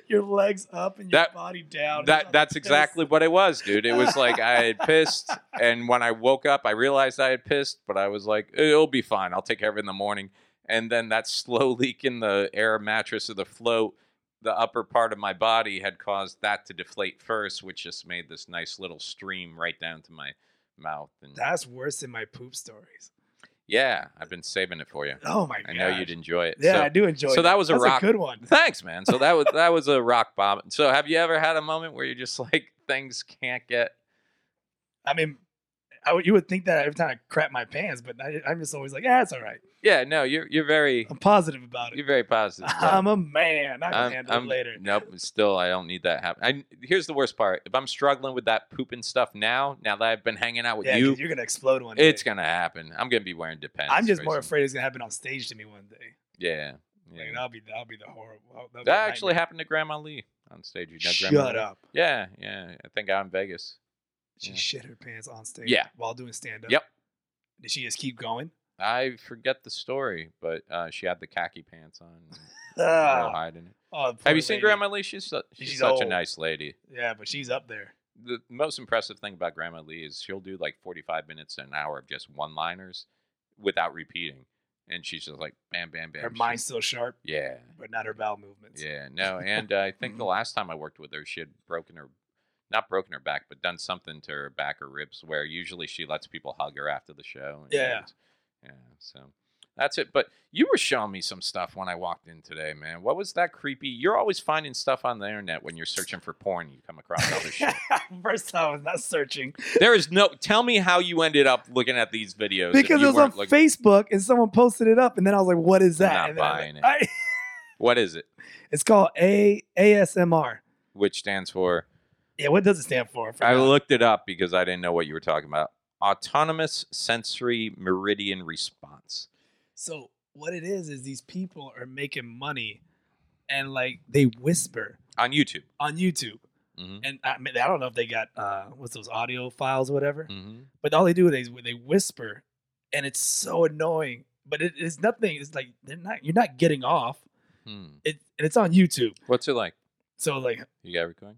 [SPEAKER 1] your legs up and your
[SPEAKER 2] That-
[SPEAKER 1] body down.
[SPEAKER 2] That that's exactly what it was, dude. It was like I had pissed, and when I woke up, I realized I had pissed, but I was like, "It'll be fine. I'll take care of it in the morning." And then that slow leak in the air mattress of the float, the upper part of my body had caused that to deflate first, which just made this nice little stream right down to my mouth. And
[SPEAKER 1] That's worse than my poop stories.
[SPEAKER 2] yeah, I've been saving it for you.
[SPEAKER 1] Oh my god.
[SPEAKER 2] I know you'd enjoy it.
[SPEAKER 1] Yeah,
[SPEAKER 2] So-
[SPEAKER 1] I do enjoy.
[SPEAKER 2] so
[SPEAKER 1] it.
[SPEAKER 2] that was a
[SPEAKER 1] That's
[SPEAKER 2] rock-
[SPEAKER 1] a good one.
[SPEAKER 2] thanks, man. So that was that was a rock bomb. So have you ever had a moment where you're just like things can't get?
[SPEAKER 1] I mean, I would, you would think that every time I crap my pants, but I, I'm just always like, yeah, it's all right.
[SPEAKER 2] Yeah, no, you're you're very
[SPEAKER 1] I'm positive about it.
[SPEAKER 2] you're very positive. about it.
[SPEAKER 1] I'm a man. I can handle it later.
[SPEAKER 2] Nope. Still, I don't need that happen. I, here's the worst part: if I'm struggling with that pooping stuff now, now that I've been hanging out with
[SPEAKER 1] Yeah,
[SPEAKER 2] you,
[SPEAKER 1] you, you're gonna explode one day.
[SPEAKER 2] it's gonna happen. I'm gonna be wearing depends.
[SPEAKER 1] I'm just
[SPEAKER 2] for
[SPEAKER 1] more
[SPEAKER 2] some-
[SPEAKER 1] afraid it's gonna happen on stage to me one day.
[SPEAKER 2] Yeah, yeah.
[SPEAKER 1] Like, that'll be that'll be the horrible. that'll be a
[SPEAKER 2] that actually
[SPEAKER 1] nightmare.
[SPEAKER 2] happened to Grandma Lee on stage. You know, Grandma
[SPEAKER 1] Shut
[SPEAKER 2] Lee?
[SPEAKER 1] up.
[SPEAKER 2] Yeah, yeah. I think out in Vegas.
[SPEAKER 1] She
[SPEAKER 2] Yeah.
[SPEAKER 1] shit her pants on stage.
[SPEAKER 2] Yeah.
[SPEAKER 1] While doing stand up.
[SPEAKER 2] Yep.
[SPEAKER 1] Did she just keep going?
[SPEAKER 2] I forget the story, but uh, she had the khaki pants on. and real
[SPEAKER 1] Ah.
[SPEAKER 2] hide in it.
[SPEAKER 1] Oh, poor
[SPEAKER 2] Have you seen
[SPEAKER 1] lady.
[SPEAKER 2] Grandma Lee? She's su- she's,
[SPEAKER 1] She's
[SPEAKER 2] such a
[SPEAKER 1] old.
[SPEAKER 2] nice lady.
[SPEAKER 1] Yeah, but she's up there.
[SPEAKER 2] The most impressive thing about Grandma Lee is she'll do like 45 minutes to an hour of just one-liners without repeating, and she's just like bam, bam, bam.
[SPEAKER 1] her
[SPEAKER 2] She's-
[SPEAKER 1] mind's still sharp,
[SPEAKER 2] yeah,
[SPEAKER 1] but not her bowel movements.
[SPEAKER 2] yeah, no. And uh, I think the
[SPEAKER 1] Mm-hmm.
[SPEAKER 2] last time I worked with her, she had broken her, not broken her back, but done something to her back or ribs. Where usually she lets people hug her after the show. and-
[SPEAKER 1] Yeah.
[SPEAKER 2] yeah. So that's it. But you were showing me some stuff when I walked in today, man. What was that creepy? You're always finding stuff on the internet when you're searching for porn. You come across other shit.
[SPEAKER 1] First time I was not searching
[SPEAKER 2] There is no. Tell me how you ended up looking at these videos. if
[SPEAKER 1] because it
[SPEAKER 2] you
[SPEAKER 1] was on
[SPEAKER 2] weren't look-
[SPEAKER 1] Facebook and someone posted it up, and then I was like, "What is
[SPEAKER 2] I'm
[SPEAKER 1] that?"
[SPEAKER 2] not
[SPEAKER 1] And then I-
[SPEAKER 2] buying it.
[SPEAKER 1] I-
[SPEAKER 2] What is it?
[SPEAKER 1] it's called A ASMR.
[SPEAKER 2] Which stands for?
[SPEAKER 1] Yeah, what does it stand for?
[SPEAKER 2] I
[SPEAKER 1] forgot.
[SPEAKER 2] looked it up because I didn't know what you were talking about. Autonomous sensory meridian response.
[SPEAKER 1] So what it is is these people are making money, and like they whisper
[SPEAKER 2] on YouTube.
[SPEAKER 1] on YouTube.
[SPEAKER 2] Mhm.
[SPEAKER 1] And I, mean, I don't know if they got uh, what's those audio files, or whatever.
[SPEAKER 2] Mm-hmm.
[SPEAKER 1] But all they do is they whisper, and it's so annoying. But it is nothing. It's like they're not. You're not getting off. It and it's on YouTube.
[SPEAKER 2] What's it like?
[SPEAKER 1] So like
[SPEAKER 2] You got everything?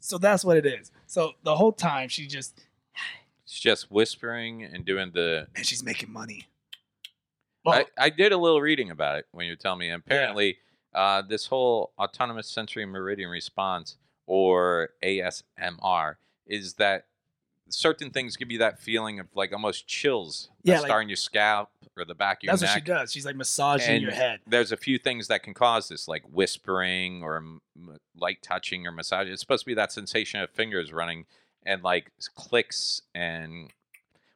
[SPEAKER 1] so that's what it is. So the whole time she just
[SPEAKER 2] It's just whispering and doing the
[SPEAKER 1] and she's making money.
[SPEAKER 2] I, I did a little reading about it when you were telling me. and Apparently, uh, this whole autonomous sensory meridian response, or ASMR, is that certain things give you that feeling of like almost chills
[SPEAKER 1] Yeah,
[SPEAKER 2] that
[SPEAKER 1] like-
[SPEAKER 2] start on your scalp or the back of your
[SPEAKER 1] that's
[SPEAKER 2] neck.
[SPEAKER 1] what she does. She's like massaging your
[SPEAKER 2] And-
[SPEAKER 1] head.
[SPEAKER 2] There's a few things that can cause this, like whispering or m- m- light touching or massage. It's supposed to be that sensation of fingers running and like s- clicks and.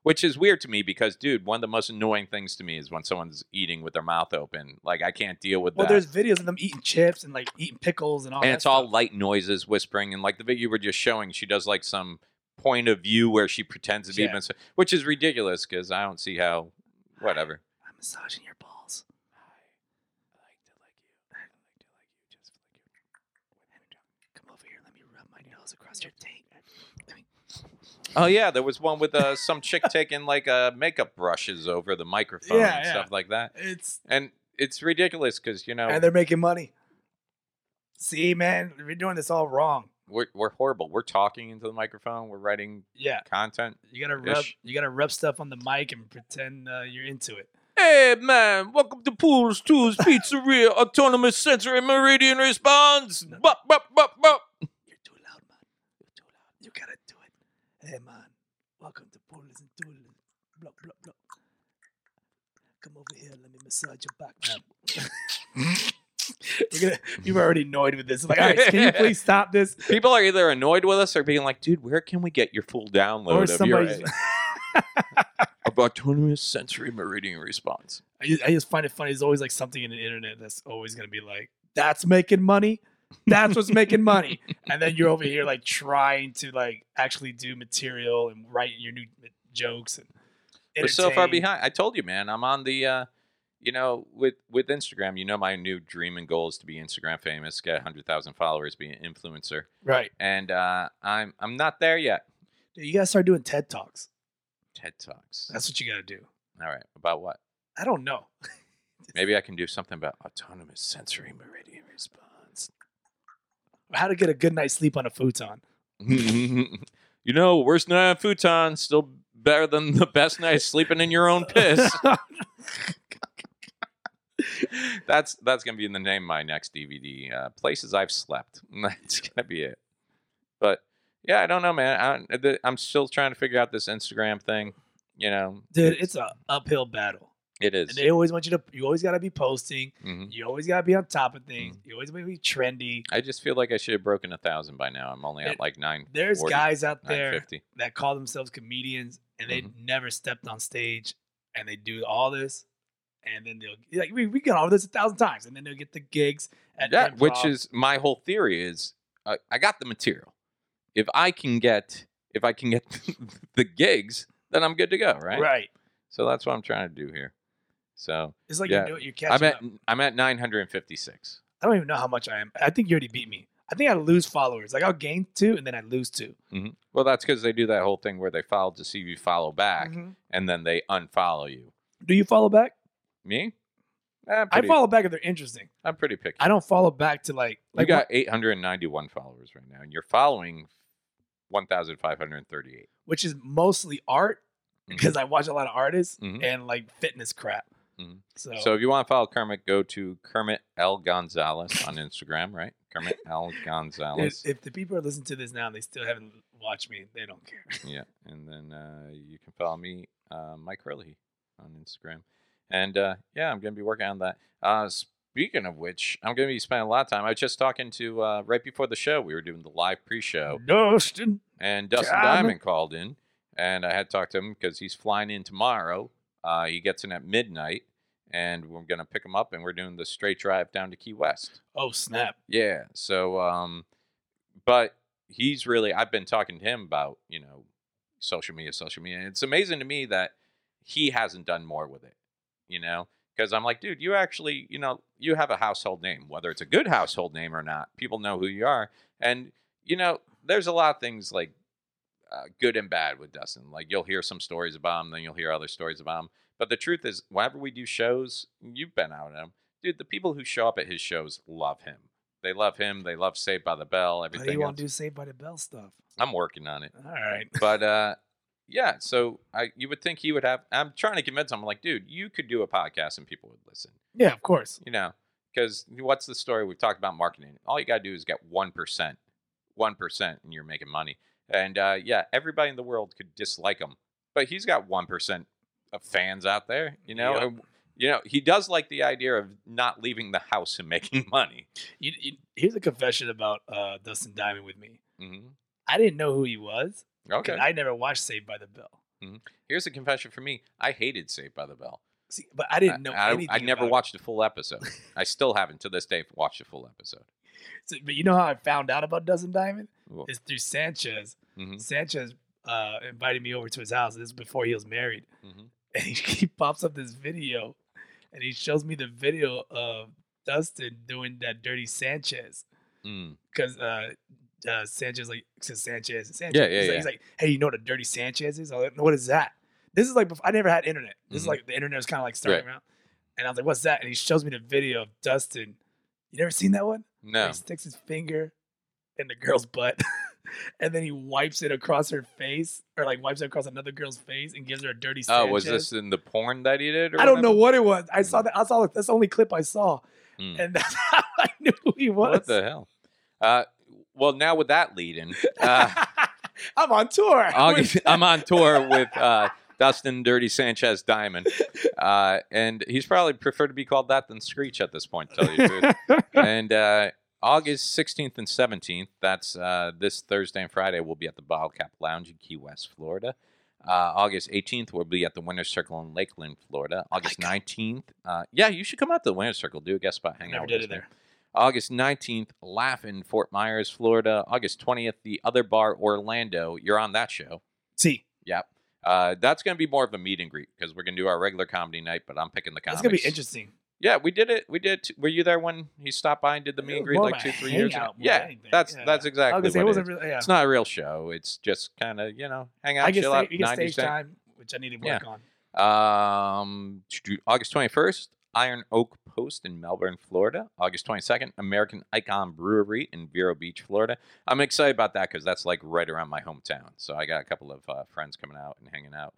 [SPEAKER 2] Which is weird to me because, dude, one of the most annoying things to me is when someone's eating with their mouth open. Like, I can't deal with
[SPEAKER 1] Well,
[SPEAKER 2] that.
[SPEAKER 1] there's videos of them eating chips and like eating pickles and all.
[SPEAKER 2] and
[SPEAKER 1] that
[SPEAKER 2] it's all
[SPEAKER 1] stuff.
[SPEAKER 2] light noises, whispering, and like the video you were just showing, she does like some point of view where she pretends to be,
[SPEAKER 1] Yeah.
[SPEAKER 2] massa- which is ridiculous because I don't see how. Whatever.
[SPEAKER 1] I'm massaging your balls. I like to like you. I like to like you. Just like you. Come over here. Let me rub my nose across your taint. Let me-
[SPEAKER 2] Oh yeah, there was one with uh, some chick taking like uh, makeup brushes over the microphone
[SPEAKER 1] Yeah,
[SPEAKER 2] and
[SPEAKER 1] yeah.
[SPEAKER 2] stuff like that,
[SPEAKER 1] It's
[SPEAKER 2] and it's ridiculous because you know
[SPEAKER 1] and they're making money. See, man, we're doing this all wrong.
[SPEAKER 2] we're, we're horrible. We're talking into the microphone. We're writing
[SPEAKER 1] Yeah,
[SPEAKER 2] content.
[SPEAKER 1] you gotta rub.
[SPEAKER 2] Ish.
[SPEAKER 1] You gotta rub stuff on the mic and pretend uh, you're into it.
[SPEAKER 2] Hey man, welcome to Pools Tools Pizzeria, Autonomous Sensory Meridian Response. Bop, bop, bop, bop.
[SPEAKER 1] You're too loud, man. You're too loud. You gotta do it. Hey, man. Welcome to Poolers and Toolers. Blah, blah, blah. Come over here. Let me massage your back, man. We're gonna, you're already annoyed with this. Like, all right, can you please stop this?
[SPEAKER 2] People are either annoyed with us or being like, dude, where can we get your full
[SPEAKER 1] Or
[SPEAKER 2] download of your
[SPEAKER 1] somebody's-
[SPEAKER 2] of autonomous sensory meridian response?
[SPEAKER 1] I just, I just find it funny. There's always like something in the internet that's always gonna be like, that's making money. That's what's making money. And then you're over here like trying to like actually do material and write your new jokes and
[SPEAKER 2] We're so far
[SPEAKER 1] entertain.
[SPEAKER 2] behind. I told you, man, I'm on the uh you know, with with Instagram, you know my new dream and goal is to be Instagram famous, get 100,000 followers, be an influencer.
[SPEAKER 1] Right.
[SPEAKER 2] And uh I'm I'm not there yet.
[SPEAKER 1] Dude, you gotta start doing TED Talks.
[SPEAKER 2] TED Talks.
[SPEAKER 1] That's what you gotta do.
[SPEAKER 2] All right. About what?
[SPEAKER 1] I don't know.
[SPEAKER 2] Maybe I can do something about autonomous sensory meridian response.
[SPEAKER 1] How to get a good night's sleep on a futon.
[SPEAKER 2] you know, worst night on futon, still better than the best night sleeping in your own piss. that's that's gonna be in the name of my next DVD. Uh, Places I've slept. That's gonna be it. But yeah, I don't know, man. I, the, I'm still trying to figure out this Instagram thing. You know,
[SPEAKER 1] Dude, it's a uphill battle.
[SPEAKER 2] it is.
[SPEAKER 1] And they always want you to you always gotta be posting.
[SPEAKER 2] Mhm.
[SPEAKER 1] You always gotta be on top of
[SPEAKER 2] Mm.
[SPEAKER 1] things. You always gotta be trendy.
[SPEAKER 2] I just feel like I should have broken a thousand by now. I'm only at
[SPEAKER 1] It-
[SPEAKER 2] like nine. Mm-hmm.
[SPEAKER 1] There's
[SPEAKER 2] 40,
[SPEAKER 1] guys out there
[SPEAKER 2] 950.
[SPEAKER 1] that call themselves comedians and they never stepped on stage and they do all this and then they'll like we, we got all this a thousand times and then they'll get the gigs at
[SPEAKER 2] yeah, which
[SPEAKER 1] improv.
[SPEAKER 2] is my whole theory is uh, I got the material. If I can get if I can get the gigs, then I'm good to go, right?
[SPEAKER 1] right.
[SPEAKER 2] So that's what I'm trying to do here. So
[SPEAKER 1] It's like
[SPEAKER 2] Yeah.
[SPEAKER 1] you know you're
[SPEAKER 2] I'm
[SPEAKER 1] catching
[SPEAKER 2] at
[SPEAKER 1] up.
[SPEAKER 2] I'm at 956.
[SPEAKER 1] I don't even know how much I am. I think you already beat me. I think I lose followers. Like I'll gain two and then I lose 2
[SPEAKER 2] Well, that's because they do that whole thing where they follow to see if you follow back,
[SPEAKER 1] Mm-hmm.
[SPEAKER 2] and then they unfollow you.
[SPEAKER 1] Do you follow back?
[SPEAKER 2] Me? Eh, I'm
[SPEAKER 1] I
[SPEAKER 2] pretty,
[SPEAKER 1] follow back if they're interesting.
[SPEAKER 2] I'm pretty picky.
[SPEAKER 1] I don't follow back to like like
[SPEAKER 2] you got 891 followers right now, and you're following 1,538.
[SPEAKER 1] which is mostly art
[SPEAKER 2] Mm-hmm.
[SPEAKER 1] because I watch a lot of artists
[SPEAKER 2] Mhm.
[SPEAKER 1] and like fitness crap.
[SPEAKER 2] Mhm.
[SPEAKER 1] So,
[SPEAKER 2] So if you want to follow Kermit, go to Kermit L Gonzalez on Instagram, right? Kermit L
[SPEAKER 1] dude,
[SPEAKER 2] Gonzalez.
[SPEAKER 1] if the people are listening to this now and they still haven't watched me, they don't care.
[SPEAKER 2] yeah, and then uh, you can follow me, uh, Mike Curley, on Instagram. And uh, yeah, I'm gonna be working on that. Uh, speaking of which, I'm gonna be spending a lot of time. I was just talking to uh, right before the show. We were doing the live pre-show,
[SPEAKER 1] Dustin.
[SPEAKER 2] and Dustin
[SPEAKER 1] Damn it.
[SPEAKER 2] Diamond called in, and I had talked to him because he's flying in tomorrow. Uh, he gets in at midnight, and we're gonna pick him up, and we're doing the straight drive down to Key West.
[SPEAKER 1] Oh snap!
[SPEAKER 2] Yeah. So, um, but he's really, I've been talking to him about, you know, social media, social media. And it's amazing to me that he hasn't done more with it, you know, because I'm like, dude, you actually, you know, you have a household name, whether it's a good household name or not, people know who you are. And, you know, there's a lot of things like, uh, good and bad with Dustin. Like you'll hear some stories about him, then you'll hear other stories about him. But the truth is, whenever we do shows, you've been out at him, dude. The people who show up at his shows love him. They love him. They love Saved by the Bell.
[SPEAKER 1] But he
[SPEAKER 2] Everything.
[SPEAKER 1] won't
[SPEAKER 2] Else.
[SPEAKER 1] do Saved by the Bell stuff.
[SPEAKER 2] I'm working on it.
[SPEAKER 1] All right.
[SPEAKER 2] But uh, yeah, so I you would think he would have. I'm trying to convince him. I'm like, dude, you could do a podcast and people would listen.
[SPEAKER 1] Yeah, of course.
[SPEAKER 2] You know, because what's the story we've talked about marketing? All you gotta do is get one percent, one percent, and you're making money. And uh, yeah, everybody in the world could dislike him, but he's got one percent of fans out there. You know,
[SPEAKER 1] Yep.
[SPEAKER 2] and, you know, he does like the idea of not leaving the house and making money.
[SPEAKER 1] You, you, here's a confession about uh, Dustin Diamond with me.
[SPEAKER 2] hmm
[SPEAKER 1] I didn't know who he was. 'cause
[SPEAKER 2] Okay,
[SPEAKER 1] I never watched Saved by the Bell.
[SPEAKER 2] here's a confession for me. I hated Saved by the Bell.
[SPEAKER 1] See, but I didn't know
[SPEAKER 2] I, I-
[SPEAKER 1] anything.
[SPEAKER 2] I never
[SPEAKER 1] about it.
[SPEAKER 2] watched a full episode. I still haven't to this day watched a full episode.
[SPEAKER 1] So- but you know how I found out about Dustin Diamond?
[SPEAKER 2] Well,
[SPEAKER 1] It's through Sanchez.
[SPEAKER 2] mhm,
[SPEAKER 1] Sanchez uh, invited me over to his house. This is before he was married.
[SPEAKER 2] mhm.
[SPEAKER 1] And he, he pops up this video and he shows me the video of Dustin doing that dirty Sanchez.
[SPEAKER 2] Mm.
[SPEAKER 1] Because uh, uh, Sanchez, like, says Sanchez, Sanchez.
[SPEAKER 2] Yeah, yeah,
[SPEAKER 1] he's, Like,
[SPEAKER 2] yeah.
[SPEAKER 1] he's like, hey, you know what a dirty Sanchez is? I was like, no, what is that? This is like, before, I never had internet. This is
[SPEAKER 2] Mhm.
[SPEAKER 1] like, the internet was kind of like starting around. And I was like, what's that? And he shows me the video of Dustin. You never seen that one?
[SPEAKER 2] No,
[SPEAKER 1] He sticks his finger in the girl's butt. and then he wipes it across her face, or like wipes it across another girl's face and gives her a dirty.
[SPEAKER 2] Oh, was
[SPEAKER 1] Sanchez.
[SPEAKER 2] this in the porn that he did? Or
[SPEAKER 1] I don't know
[SPEAKER 2] whatever? Mm-hmm.
[SPEAKER 1] what it was. I saw that. I saw that. That's the only clip I saw,
[SPEAKER 2] Hmm.
[SPEAKER 1] and that's how I knew who he was.
[SPEAKER 2] What the hell? Uh, well, now with that lead in, uh,
[SPEAKER 1] I'm on tour.
[SPEAKER 2] August, I'm on tour with uh, Dustin Dirty Sanchez Diamond, uh, and he's probably preferred to be called that than Screech at this point. to Tell you the truth. And uh, August 16th and 17th, that's uh, this Thursday and Friday, we'll be at the Bottle Cap Lounge in Key West, Florida. Uh, August 18th, we'll be at the Winter Circle in Lakeland, Florida. August 19th, uh, yeah, you should come out to the Winter Circle, do a guest spot, hang out.
[SPEAKER 1] Never
[SPEAKER 2] with
[SPEAKER 1] did
[SPEAKER 2] us
[SPEAKER 1] it there.
[SPEAKER 2] August 19th, Laugh in Fort Myers, Florida. August 20th, The Other Bar, Orlando. You're on that show.
[SPEAKER 1] See,
[SPEAKER 2] Yep. Uh, that's going to be more of a meet and greet because we're going to do our regular comedy night, but I'm picking the comics.
[SPEAKER 1] that's gonna be interesting.
[SPEAKER 2] Yeah, we did it. We did. It. Were you there when he stopped by and did the meet and greet
[SPEAKER 1] Uh, More
[SPEAKER 2] like
[SPEAKER 1] of
[SPEAKER 2] two,
[SPEAKER 1] a
[SPEAKER 2] three years ago?
[SPEAKER 1] hangout more than
[SPEAKER 2] Yeah,
[SPEAKER 1] anything.
[SPEAKER 2] that's
[SPEAKER 1] Yeah.
[SPEAKER 2] that's
[SPEAKER 1] I
[SPEAKER 2] exactly
[SPEAKER 1] was gonna
[SPEAKER 2] what
[SPEAKER 1] say it wasn't
[SPEAKER 2] it is.
[SPEAKER 1] really. Yeah.
[SPEAKER 2] It's not a real show. It's just kind of you know hang out,
[SPEAKER 1] I get,
[SPEAKER 2] chill
[SPEAKER 1] sta-
[SPEAKER 2] out,
[SPEAKER 1] you get
[SPEAKER 2] ninety
[SPEAKER 1] stage
[SPEAKER 2] cent.
[SPEAKER 1] time, which I need to
[SPEAKER 2] Yeah.
[SPEAKER 1] work on.
[SPEAKER 2] Um, August 21st, Iron Oak Post in Melbourne, Florida. August 22nd, American Icon Brewery in Vero Beach, Florida. I'm excited about that because that's like right around my hometown. So I got a couple of uh, friends coming out and hanging out.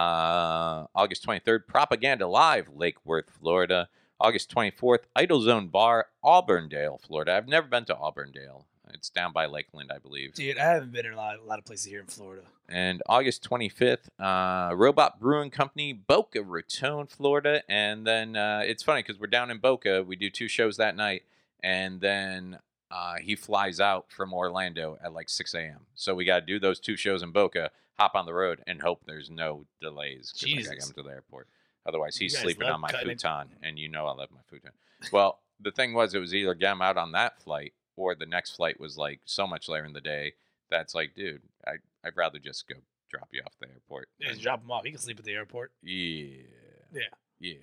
[SPEAKER 2] Uh, August 23rd, Propaganda Live, Lake Worth, Florida. August 24th, Idle Zone Bar, Auburndale, Florida. I've never been to Auburndale. It's down by Lakeland, I believe.
[SPEAKER 1] Dude, I haven't been in a lot, a lot of places here in Florida.
[SPEAKER 2] And August 25th, uh, Robot Brewing Company, Boca Raton, Florida. And then uh, it's funny because we're down in Boca. We do two shows that night. And then uh, he flies out from Orlando at like 6 a.m. So we got to do those two shows in Boca, hop on the road, and hope there's no delays because I got to
[SPEAKER 1] Jesus.
[SPEAKER 2] come to the airport. Otherwise, he's
[SPEAKER 1] You guys
[SPEAKER 2] sleeping
[SPEAKER 1] love
[SPEAKER 2] on my
[SPEAKER 1] cutting it.
[SPEAKER 2] futon. And you know I love my futon. Well, the thing was, it was either get him out on that flight or the next flight was like so much later in the day that's like, dude, I, I'd rather just go drop you off at the airport.
[SPEAKER 1] Yeah,
[SPEAKER 2] And-
[SPEAKER 1] just drop him off. He can sleep at the airport.
[SPEAKER 2] yeah.
[SPEAKER 1] Yeah.
[SPEAKER 2] Yeah.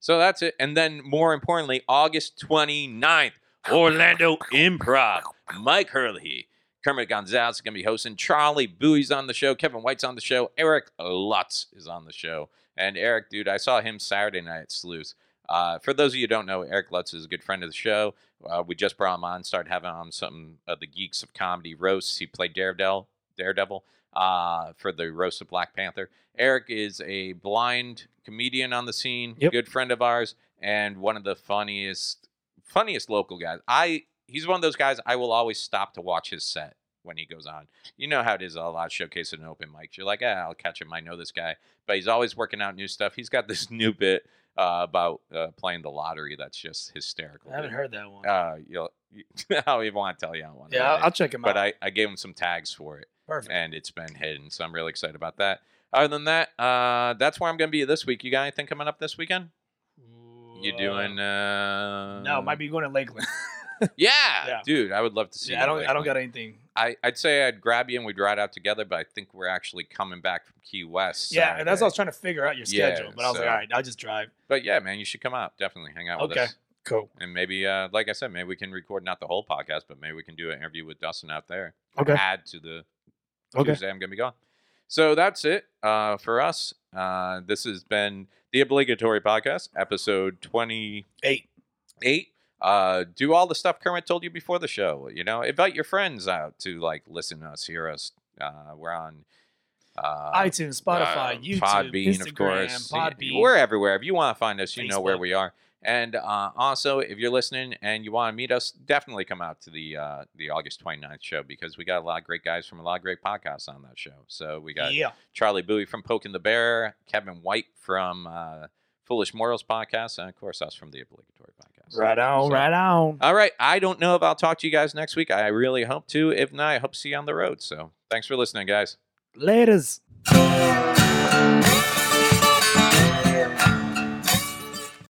[SPEAKER 2] So that's it. And then more importantly, August 29th, Orlando Improv. Mike Hurley. Kermit Gonzalez is going to be hosting. Charlie Bowie's on the show. Kevin White's on the show. Eric Lutz is on the show. And Eric, dude, I saw him Saturday night at Sleuth. Uh, for those of you who don't know, Eric Lutz is a good friend of the show. Uh, we just brought him on, started having on some of the Geeks of Comedy roasts. He played Daredevil, Daredevil uh, for the roast of Black Panther. Eric is a blind comedian on the scene,
[SPEAKER 1] Yep.
[SPEAKER 2] good friend of ours, and one of the funniest, funniest local guys. I he's one of those guys I will always stop to watch his set when he goes on. You know how it is a lot of showcases and open mics. You're like, ah, I'll catch him. I know this guy, but he's always working out new stuff. He's got this new bit uh, about uh, playing the lottery that's just hysterical.
[SPEAKER 1] I haven't
[SPEAKER 2] dude.
[SPEAKER 1] heard that one.
[SPEAKER 2] Uh, you'll, I don't even want to tell you on one.
[SPEAKER 1] yeah, I'll, I'll check him
[SPEAKER 2] but
[SPEAKER 1] out.
[SPEAKER 2] I, I gave him some tags for it
[SPEAKER 1] Perfect.
[SPEAKER 2] and it's been hidden. So I'm really excited about that. Other than that, uh, that's where I'm going to be this week. You got anything coming up this weekend? You doing? Uh...
[SPEAKER 1] No, might be going to Lakeland.
[SPEAKER 2] Yeah,
[SPEAKER 1] Yeah.
[SPEAKER 2] dude, I would love to see.
[SPEAKER 1] yeah,
[SPEAKER 2] you
[SPEAKER 1] I don't.
[SPEAKER 2] like
[SPEAKER 1] I don't
[SPEAKER 2] that.
[SPEAKER 1] got anything.
[SPEAKER 2] I, I'd say I'd grab you and we'd ride out together, but I think we're actually coming back from Key West.
[SPEAKER 1] Yeah, and that's what I was
[SPEAKER 2] Saturday.
[SPEAKER 1] trying to figure out your
[SPEAKER 2] Yeah,
[SPEAKER 1] schedule. but I was
[SPEAKER 2] so-
[SPEAKER 1] like, all right, I'll just drive.
[SPEAKER 2] But yeah, man, you should come out. Definitely hang out with
[SPEAKER 1] Okay.
[SPEAKER 2] us.
[SPEAKER 1] Cool.
[SPEAKER 2] And maybe, uh, like I said, maybe we can record not the whole podcast, but maybe we can do an interview with Dustin out there.
[SPEAKER 1] Okay.
[SPEAKER 2] Add to the
[SPEAKER 1] Okay.
[SPEAKER 2] Tuesday I'm gonna be gone. So that's it uh, for us. Uh, this has been the obligatory podcast, episode twenty
[SPEAKER 1] Eight.
[SPEAKER 2] eight. Uh, do all the stuff Kermit told you before the show. You know, invite your friends out to like listen to us, hear us. Uh, we're on. Uh,
[SPEAKER 1] iTunes, Spotify,
[SPEAKER 2] uh,
[SPEAKER 1] YouTube,
[SPEAKER 2] Podbean,
[SPEAKER 1] Instagram,
[SPEAKER 2] of course.
[SPEAKER 1] Podbean.
[SPEAKER 2] We're everywhere. If you want to find us, you know where
[SPEAKER 1] Facebook.
[SPEAKER 2] we are. And uh, also, if you're listening and you want to meet us, definitely come out to the uh, the August 29th show because we got a lot of great guys from a lot of great podcasts on that show. So we got
[SPEAKER 1] yeah.
[SPEAKER 2] Charlie Bowie from Poking the Bear, Kevin White from uh, Foolish Morals podcast, and of course us from the Obligatory podcast.
[SPEAKER 1] Right on.
[SPEAKER 2] So-
[SPEAKER 1] Right on.
[SPEAKER 2] All right. I don't know if I'll talk to you guys next week. I really hope to. If not, I hope to see you on the road. So thanks for listening, guys.
[SPEAKER 1] Laters.